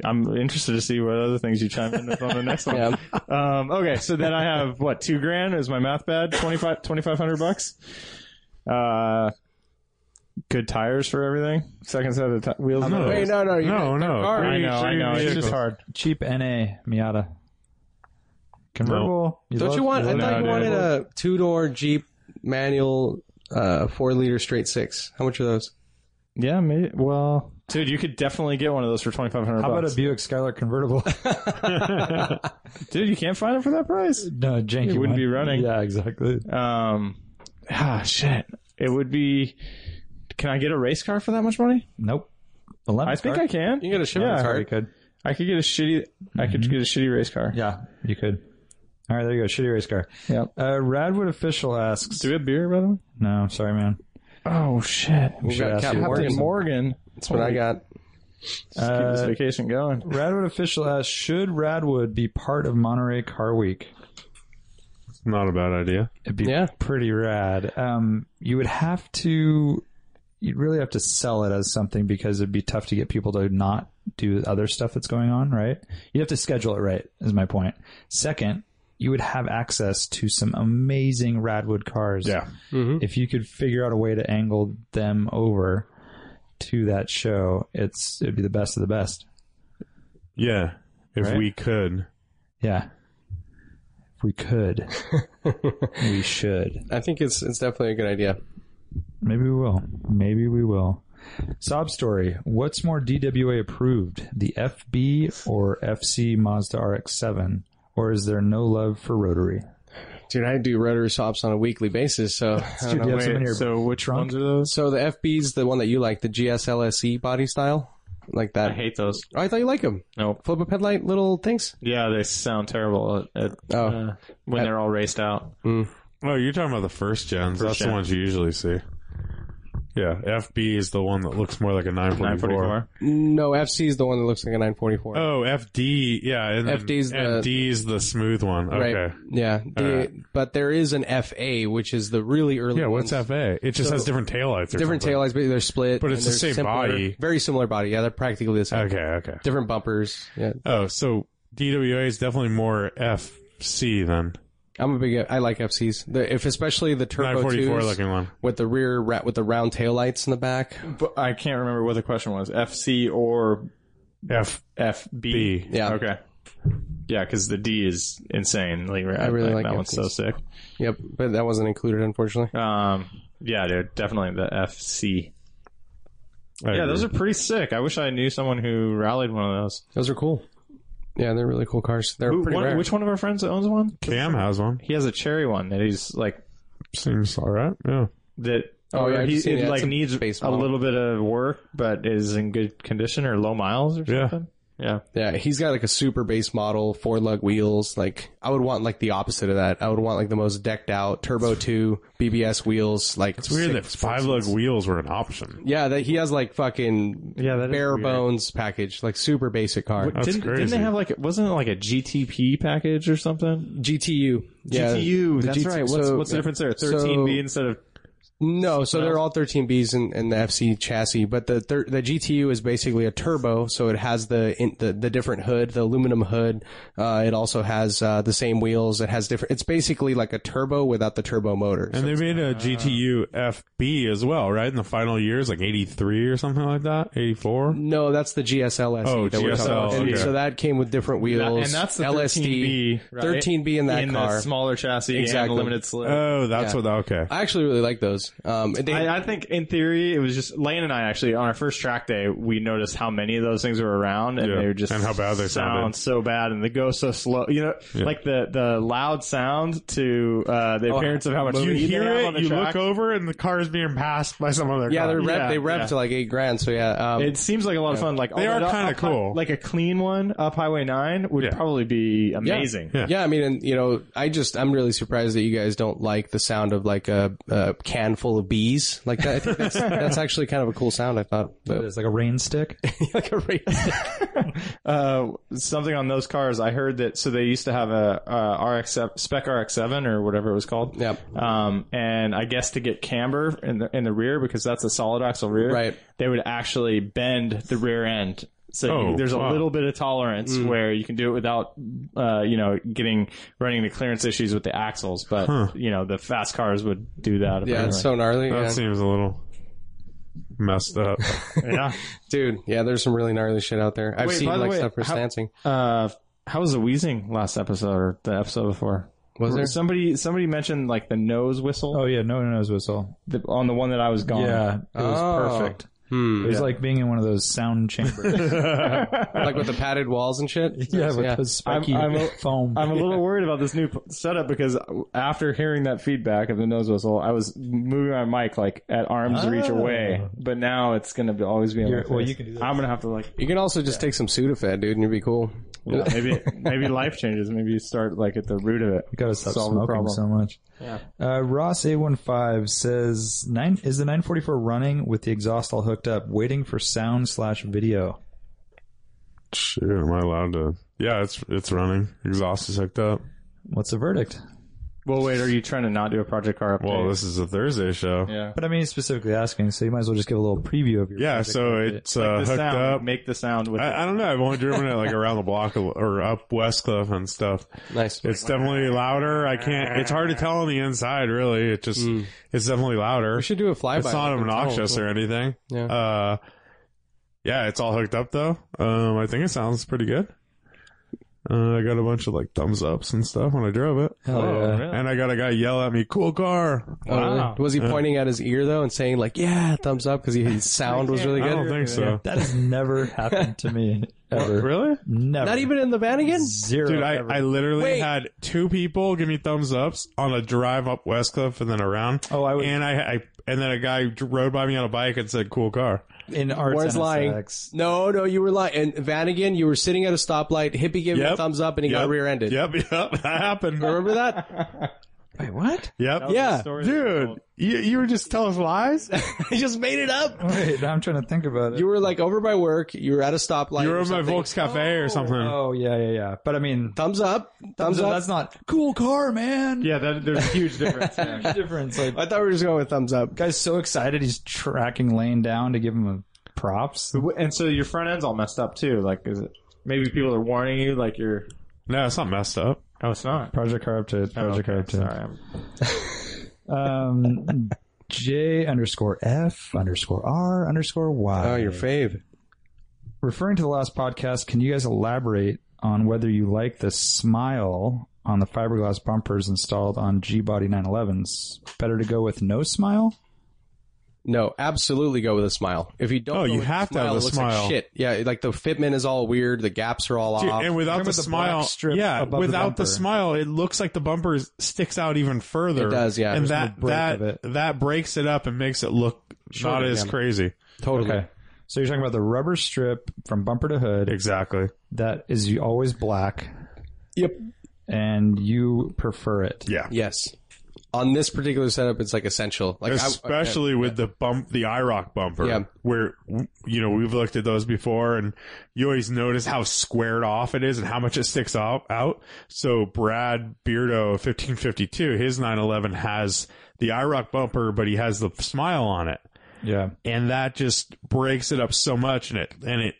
S7: I'm interested to see what other things you chime in with on the next one.
S5: (laughs) Yeah.
S7: Um, okay, so then I have what two grand is my math bad? 25 2500 bucks. Uh, good tires for everything. Second set of t- wheels.
S4: No.
S5: Wait, no, no, you
S4: No,
S5: got-
S4: no.
S5: car.
S7: I know, I know. It's just hard.
S6: cheap NA Miata convertible.
S5: Don't
S6: love-
S5: you want? I
S6: love-
S5: thought you
S7: dude.
S5: wanted a two door Jeep manual, uh, four liter straight six. How much are those?
S7: Yeah, maybe. Well, dude, you could definitely get one of those for twenty five hundred.
S6: How about
S7: bucks.
S6: a Buick Skylark convertible? (laughs)
S7: dude? You can't find it for that price.
S6: no, janky.
S7: wouldn't
S6: one.
S7: be running.
S6: Yeah, exactly.
S7: Um, ah, shit. It would be. Can I get a race car for that much money?
S6: Nope. A lemon
S7: I think
S6: car?
S7: I can.
S5: You can get a shipping
S7: Yeah.
S5: cart.
S6: You could.
S7: I could get a shitty. I could get a shitty race car.
S6: Yeah, you could. All right, there you go. Shitty race car.
S7: Yep.
S6: Uh, Radwood official asks.
S7: Do we have beer, by the way?
S6: No, sorry, man.
S7: Oh shit!
S5: We've
S6: should
S5: got
S6: ask
S5: Captain
S6: you.
S5: Morgan.
S7: Captain Morgan. Uh,
S5: That's what I got.
S7: Let's keep this vacation going.
S6: Uh, Radwood official asks, should Radwood be part of Monterey Car Week?
S4: Not a bad idea.
S6: It'd be
S5: Yeah.
S6: pretty rad. Um, you would have to, you'd really have to sell it as something because it'd be tough to get people to not do other stuff that's going on, right? You'd have to schedule it right, is my point. Second, you would have access to some amazing Radwood cars.
S4: Yeah.
S6: If you could figure out a way to angle them over to that show, it's it'd be the best of the best.
S4: Yeah. If
S6: Right?
S4: we could.
S6: Yeah. If we could, we should.
S5: I think it's it's definitely a good idea.
S6: Maybe we will. Maybe we will. Sob story. What's more DWA approved, the FB or FC Mazda RX-7, or is there no love for rotary?
S5: Dude, I do rotary swaps on a weekly basis, so I don't
S6: Do you
S5: know.
S6: have some in your
S7: so which
S6: trunk?
S7: ones are those?
S5: So the FB's the one that you like, the GSLSE E body style, like that.
S7: I hate those.
S5: Oh, I thought you liked them.
S7: Nope.
S5: Flip up headlight, little things.
S7: Yeah, they sound terrible at, at,
S5: Oh.
S7: uh, when they're all raced out.
S4: Oh, you're talking about the first gens. That's
S7: gen.
S4: the ones you usually see. Yeah. FB is the one that looks more like a 944.
S7: Nine forty four.
S5: No, FC is the one that looks like a 944.
S4: Oh, FD. Yeah. And then
S5: FD is the-
S4: FD is the smooth one. Okay.
S5: Right. Yeah. The-
S4: right.
S5: But there is an FA, which is the really early.
S4: Yeah. What's
S5: ones.
S4: FA? It just has different taillights or
S5: Different
S4: something.
S5: taillights, but they're split.
S4: But it's
S5: and
S4: the
S5: they're
S4: same
S5: simpler.
S4: body.
S5: Very similar body. Yeah, they're practically the same.
S4: Okay. Okay.
S5: Different bumpers. Yeah.
S4: Oh, so DWA is definitely more FC then.
S5: I'm a big. I like FCs. The, if especially the turbo
S4: 944
S5: twos
S4: looking one.
S5: with the rear ra- with the round tail lights in the back.
S7: But I can't remember what the question was. FC or
S4: FB.
S7: FB?
S5: Yeah.
S7: Okay. yeah, because the D is insane. Like, I,
S5: really like
S7: that
S5: F
S7: one's so
S5: keys.
S7: sick.
S5: Yep, but that wasn't included, unfortunately.
S7: Um, yeah, dude, definitely the FC.
S2: I
S7: yeah, those
S2: agree.
S7: are pretty sick. I wish I knew someone who rallied one of those.
S5: Those are cool. Yeah, they're really cool cars. They're
S7: Who-
S5: pretty
S7: one-
S5: rare.
S7: which one of our friends owns one?
S4: Cam has one.
S7: He has a cherry one that he's like
S4: Seems all right. Yeah.
S7: that.
S5: Oh,
S7: or
S5: yeah, I've
S7: he
S5: seen
S7: it,
S5: that.
S7: like
S5: It's a
S7: needs
S5: base
S7: a
S5: model.
S7: little bit of work, but is in good condition or low miles or
S4: Yeah.
S7: something. Yeah,
S5: Yeah, he's got like a super base model, four lug wheels. Like I would want like the opposite of that. I would want like the most decked out turbo two BBS wheels. Like
S4: It's weird that five lug wheels were an option.
S5: Yeah, that he has like fucking
S7: Yeah, that is
S5: bare
S7: weird.
S5: bones package, like super basic car.
S4: That's
S7: didn't, didn't
S4: crazy.
S7: they have like wasn't it like a GTP package or something?
S5: GTU. Yeah,
S7: GTU.
S5: the
S7: That's
S5: GT
S7: right. What's,
S5: so-
S7: what's the difference there?
S5: so-
S7: Thirteen B instead of
S5: No, so they're all 13Bs and, and the FC chassis, but the thir- the GTU is basically a turbo, so it has the in, the, the different hood, the aluminum hood. Uh, it also has uh, the same wheels. It has different. It's basically like a turbo without the turbo motor.
S4: And they made a GTU FB as well, right? In the final years, like 83 or something like that? 84?
S5: no, that's the GSL SE
S4: Oh,
S5: E that we're talking about.
S4: GSL,
S5: And
S4: okay.
S5: So that came with different wheels.
S7: and that's the 13B,
S5: LSD,
S7: right?
S5: 13B in that
S7: in
S5: car.
S7: the smaller chassis and the
S5: Exactly.
S7: limited slip.
S4: Oh, that's what, okay.
S5: I actually really like those. Um, and they,
S7: I, I think in theory it was just Lane and I actually on our first track day we noticed how many of those things were around and
S4: Yeah,
S7: they were just
S4: and how bad they sounded.
S7: sound so bad and they go so slow you know like the the loud sound to uh,
S5: Oh,
S7: the appearance of how much
S4: You
S7: speed they
S4: hear
S7: have on
S4: it,
S7: the
S4: you
S7: track.
S4: look over, and the car is being passed by some other
S5: yeah,
S4: car.
S5: they're rev,
S7: yeah,
S5: they rev
S7: yeah.
S5: to like eight grand. So yeah, um,
S7: It seems like a lot of fun. Like
S4: They
S7: although
S4: are
S7: up-
S4: kinda
S7: up-
S4: cool.
S7: Like a clean one up Highway Nine would
S4: Yeah.
S7: probably be amazing.
S4: Yeah.
S5: Yeah, I mean, and you know, I just I'm really surprised that you guys don't like the sound of like a, a can full of bees like that. I think that's, that's actually kind of a cool sound. I thought, but
S6: It's like a rain stick.
S5: (laughs) like a race.
S7: Uh, something on those cars. I heard that. So they used to have a, uh RX spec RX7 or whatever it was called.
S5: Yep.
S7: Um, and I guess to get camber in the in the rear because that's a solid axle rear.
S5: Right.
S7: They would actually bend the rear end. So
S4: Oh,
S7: you- there's a
S4: wow. Mm.
S7: little bit of tolerance where you can do it without, uh, you know, getting running into clearance issues with the axles. But you know, the fast cars would do that.
S5: (laughs) Yeah,
S7: apparently.
S5: it's so gnarly,
S4: That
S5: yeah.
S4: seems a little messed up.
S7: (laughs) yeah.
S5: dude. Yeah, there's some really gnarly shit out there. I've
S7: Wait,
S5: seen
S7: by the
S5: like
S7: way,
S5: stuff for
S7: how-
S5: stancing.
S7: Uh, how was the wheezing last episode or the episode before?
S5: Was there?
S4: (laughs)
S7: somebody? Somebody mentioned like the nose whistle
S6: Oh yeah, no one knows whistle.
S7: the, on the one that I was gone.
S6: Yeah, it was
S5: Oh.
S6: perfect.
S5: Hmm.
S6: It was like being in one of those sound chambers.
S5: like with the padded walls and
S4: (laughs)
S5: shit.
S6: (laughs) yeah, with those spiky
S7: I'm- I'm a-
S6: foam.
S7: I'm a
S6: (laughs)
S7: little worried about this new p- setup because after hearing that feedback of the nose whistle, I was moving my mic like at arm's reach away. But now it's gonna be, always be. In my
S6: Ah. You're- well,
S7: face.
S6: you can do that.
S7: I'm gonna have to like
S6: (laughs)
S5: You can also just take some Sudafed, dude, and you'd be cool.
S7: yeah, maybe maybe life changes. Maybe you start like at the root of it.
S6: You gotta stop
S7: Solve the
S6: smoking
S7: problem.
S6: so much. Uh, Ross eight one five says nine is the nine forty four running with the exhaust all hooked up, waiting for sound slash video.
S4: (laughs) Shoot, am I allowed to? Yeah, it's it's running. Exhaust is hooked up.
S6: What's the verdict?
S7: Well, wait, are you trying to not do a project car update?
S4: Well, this is a Thursday show.
S7: yeah.
S6: But I mean, he's specifically asking, so you might as well just give a little preview of your.
S4: Yeah,
S6: project.
S4: so it's uh,
S7: the
S4: hooked
S7: sound,
S4: up.
S7: Make the sound with.
S4: I, I don't know. I've only driven it like around the block of- or up Westcliff and stuff.
S5: Nice.
S4: It's definitely louder. I can't. It's hard to tell on the inside, really. It just it's definitely louder.
S5: Hmm. we should do a flyby.
S4: It's not
S5: We can tell.
S4: obnoxious or anything.
S5: Yeah.
S4: Uh, yeah, it's all hooked up though. Um, I think it sounds pretty good. Uh, I got a bunch of like thumbs ups and stuff when I drove it,
S7: Oh,
S6: Hell yeah.
S4: and I got a guy yell at me, "Cool car!"
S5: Oh, really? Was he pointing at his ear though and saying like, "Yeah, thumbs up" because his sound was really
S4: (laughs) I don't
S5: good?
S4: think so.
S6: That has never
S4: (laughs)
S6: happened to me ever.
S4: Really,
S6: Never.
S5: Not even in the van again.
S6: zero.
S4: dude? I, I literally
S5: Wait.
S4: had two people give me thumbs ups on a drive up West Cliff and then around.
S6: Oh, I would-
S4: and I, I and then a guy rode by me on a bike and said, "Cool car."
S6: in arts
S5: Warren's
S6: and
S5: lying.
S6: sex.
S5: No, no, you were lying. And Vanagon, you were sitting at a stoplight. Hippie gave you a
S4: Yep.
S5: thumbs up, and he got
S4: Yep.
S5: rear-ended.
S4: Yep, (laughs) yep, that happened.
S5: Remember
S4: (laughs)
S5: that?
S6: Wait, what?
S4: Yep,
S5: yeah, (laughs)
S4: dude, you, you were just telling us lies.
S5: I just made it up.
S6: Wait, I'm trying to think about it.
S5: You were like over by work. You were at a stoplight.
S4: You were
S5: or
S4: in my
S5: something.
S4: Volks Cafe or something.
S6: oh yeah, yeah, yeah. But I mean,
S5: Thumbs up. Thumbs, up.
S6: that's not cool car, man. (laughs)
S7: yeah, that, there's a huge difference. yeah.
S6: difference. Like,
S5: I thought we were just going with thumbs up.
S6: guy's so excited, he's tracking Lane down to give him a props.
S7: And so your front end's all messed up too. Like, is it? Maybe people are warning you, like you're.
S4: No, it's not messed up.
S7: Oh, it's not.
S6: Project car
S4: Oh,
S6: update. Project car update.
S7: Sorry, I'm-
S6: Um, (laughs) J underscore F underscore R underscore Y.
S4: Ah,
S5: Oh, your fave.
S6: Referring to the last podcast, can you guys elaborate on whether you like the smile on the fiberglass bumpers installed on G Body 911s. Better to go with no smile?
S5: No, absolutely go with a smile. If you don't,
S4: Oh,
S5: go
S4: you
S5: with
S4: have to have
S5: it
S4: a
S5: looks like
S4: smile.
S5: shit. Yeah, like the fitment is all weird. The gaps are all
S4: Dude,
S5: off.
S4: and without the,
S6: Remember the
S4: smile,
S6: black strip
S4: yeah,
S6: above the
S4: without the,
S6: bumper?
S4: smile, it looks like the bumper sticks out even further.
S5: It does, yeah.
S4: and
S5: There's
S4: that
S6: no break
S4: that
S6: of it.
S4: that breaks it up and makes it look not as crazy.
S5: totally.
S6: Okay. So you're talking about the rubber strip from bumper to hood
S4: Exactly.
S6: that is always black
S5: Yep.
S6: and you prefer it.
S4: Yeah.
S5: Yes. On this particular setup, it's like essential. Like I-
S4: Especially with the bump, the IROC bumper,
S5: Yeah.
S4: where you know we've looked at those before, and you always notice how squared off it is and how much it sticks out. out. So Brad Beardo, fifteen fifty two, his nine eleven has the IROC bumper, but he has the smile on it.
S6: Yeah.
S4: and that just breaks it up so much and it and it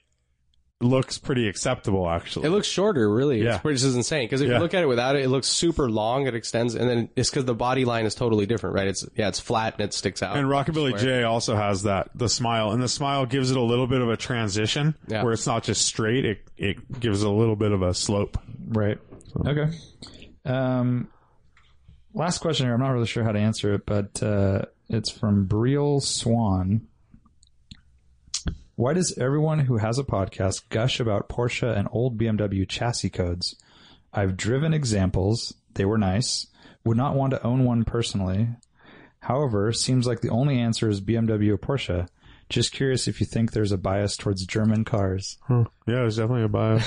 S4: looks pretty acceptable actually
S5: It looks shorter, really.
S4: Yeah.
S5: It's, which is insane because if
S4: Yeah.
S5: you look at it without it, it looks super long. It extends, and then it's because the body line is totally different, right? It's yeah, it's flat and it sticks out.
S4: and rockabilly j also has that the smile and the smile gives it a little bit of a transition
S5: Yeah.
S4: where it's not just straight it it gives a little bit of a slope
S6: Right. Okay. Um, last question here. I'm not really sure how to answer it, but uh, it's from Briel Swan. Why does everyone who has a podcast gush about Porsche and old BMW chassis codes? I've driven examples. They were nice. Would not want to own one personally. However, seems like the only answer is BMW or Porsche. Just curious if you think there's a bias towards German cars.
S4: yeah it's definitely
S5: (laughs)
S4: a bias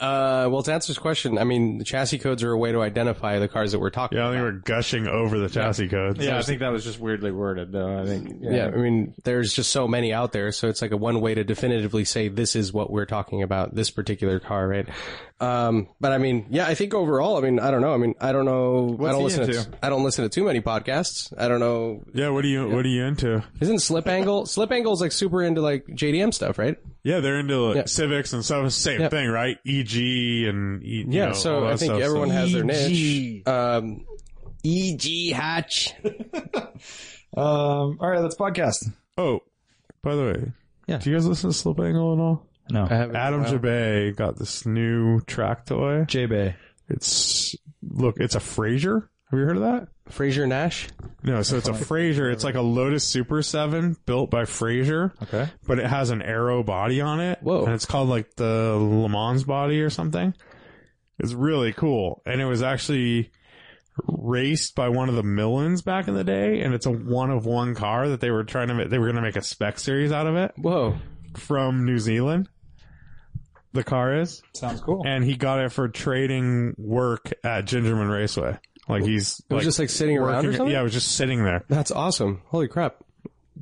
S5: uh, well, to answer this question, I mean, the chassis codes are a way to identify the cars that we're talking.
S4: yeah i
S5: about.
S4: think we're gushing over the chassis codes
S7: Yeah, I think that was just weirdly worded, though. I think.
S5: Yeah, I mean, there's just so many out there, so it's like a one way to definitively say this is what we're talking about, this particular car, right? Um, but I mean, yeah, I think overall, I mean, I don't know. I mean, I don't know. I don't
S7: he
S5: listen
S7: into?
S5: to. I don't listen to too many podcasts. I don't know.
S4: yeah what are you what are you into
S5: Isn't Slip Angle? Slip Angle's like super into like JDM stuff, right?
S4: yeah they're into like,
S5: Yeah.
S4: civics and stuff same
S5: Yeah.
S4: thing right eg and e, you
S5: Yeah,
S4: know, all
S5: so
S4: that
S5: I think
S4: stuff, so-
S5: everyone has their niche. Um, E.G. Hatch.
S6: Um, all right, that's podcast.
S4: oh by the way
S6: Yeah.
S4: do you guys listen to slip angle and all
S6: No.
S4: Adam Jabay got this new track toy.
S6: J Bay.
S4: It's look, it's a Fraser. Have you heard of that?
S5: Fraser Nash.
S4: No, so it's a Fraser. It's like a Lotus Super Seven built by Fraser.
S6: Okay.
S4: but it has an arrow body on it.
S5: Whoa.
S4: And it's called like the Le Mans body or something. It's really cool, and it was actually raced by one of the Millens back in the day, and it's a one of one car that they were trying to make, they were going to make a spec series out of it
S5: Whoa.
S4: from New Zealand. The car is.
S6: Sounds cool.
S4: and he got it for trading work at Gingerman Raceway. Like he's
S5: It was just like sitting around or
S4: working-
S5: something?
S4: yeah, it was just sitting there
S5: That's awesome. Holy crap.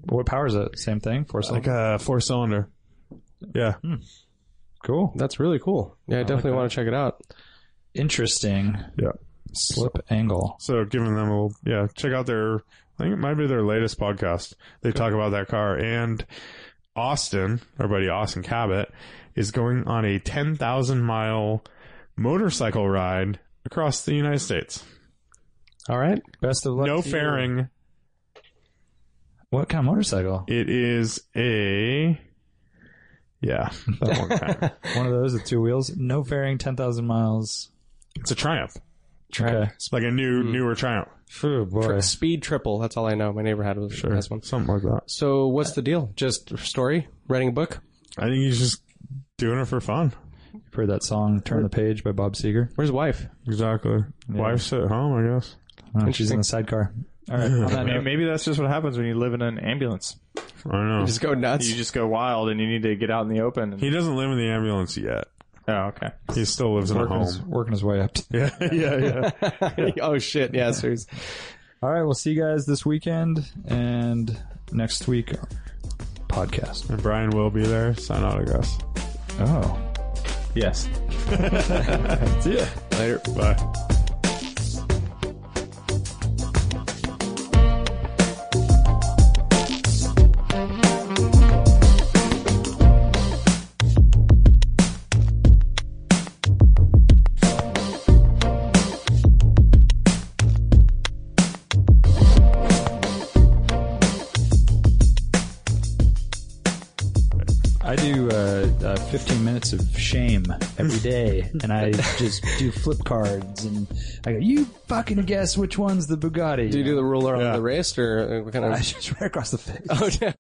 S6: What powers it? Same thing. Four
S4: like
S6: cylinder.
S4: a four cylinder. Yeah,
S6: Cool.
S5: That's really cool. Yeah, I, definitely want to check it out.
S6: Interesting.
S4: yeah.
S6: Slip angle.
S4: So giving them a little, yeah, check out their. I think it might be their latest podcast. They talk about that car and Austin, our buddy Austin Cabot, is going on a ten thousand mile motorcycle ride across the United States.
S5: All right.
S6: Best of luck.
S4: No
S6: to you.
S4: fairing.
S6: What kind of motorcycle?
S4: It is a. Yeah, (laughs) that one kind.
S6: One of those with two wheels. No fairing. Ten thousand miles.
S4: It's a Triumph.
S6: Okay.
S4: It's like a new, newer Triumph.
S6: Oh boy.
S5: Speed triple. That's all I know. My neighbor had was has one.
S4: Something like that.
S5: So what's the deal? Just story, writing a book.
S4: I think he's just doing it for fun.
S6: You've heard that song "Turn the Page" by Bob Seger.
S5: Where's wife?
S4: Exactly. Wife's at home, I guess.
S6: Oh, she's in the sidecar. All
S4: (laughs)
S6: right. on that
S7: May-
S6: note-
S7: Maybe that's just what happens when you live in an ambulance.
S4: I don't know.
S5: Just go
S7: (laughs)
S5: nuts.
S7: You just go wild, and you need to get out in the open. And,
S4: he doesn't live in the ambulance yet.
S7: oh, okay.
S4: He still lives in a
S6: working his,
S4: home.
S6: working his way up. to-
S4: Yeah, yeah, yeah.
S5: (laughs) oh shit! Yeah, seriously.
S6: All right. We'll see you guys this weekend and next week podcast.
S4: And Brian will be there. Sign autographs.
S6: Oh.
S7: Yes.
S6: See ya.
S5: Later.
S4: Bye.
S6: I do uh, uh, 15 minutes of shame every day, and I just do flip cards, and I go, "You fucking guess which one's the Bugatti?"
S5: Do you do the ruler on the wrist or uh, what kind
S6: I
S5: of?
S6: (laughs) just right across the face.
S5: Oh, yeah.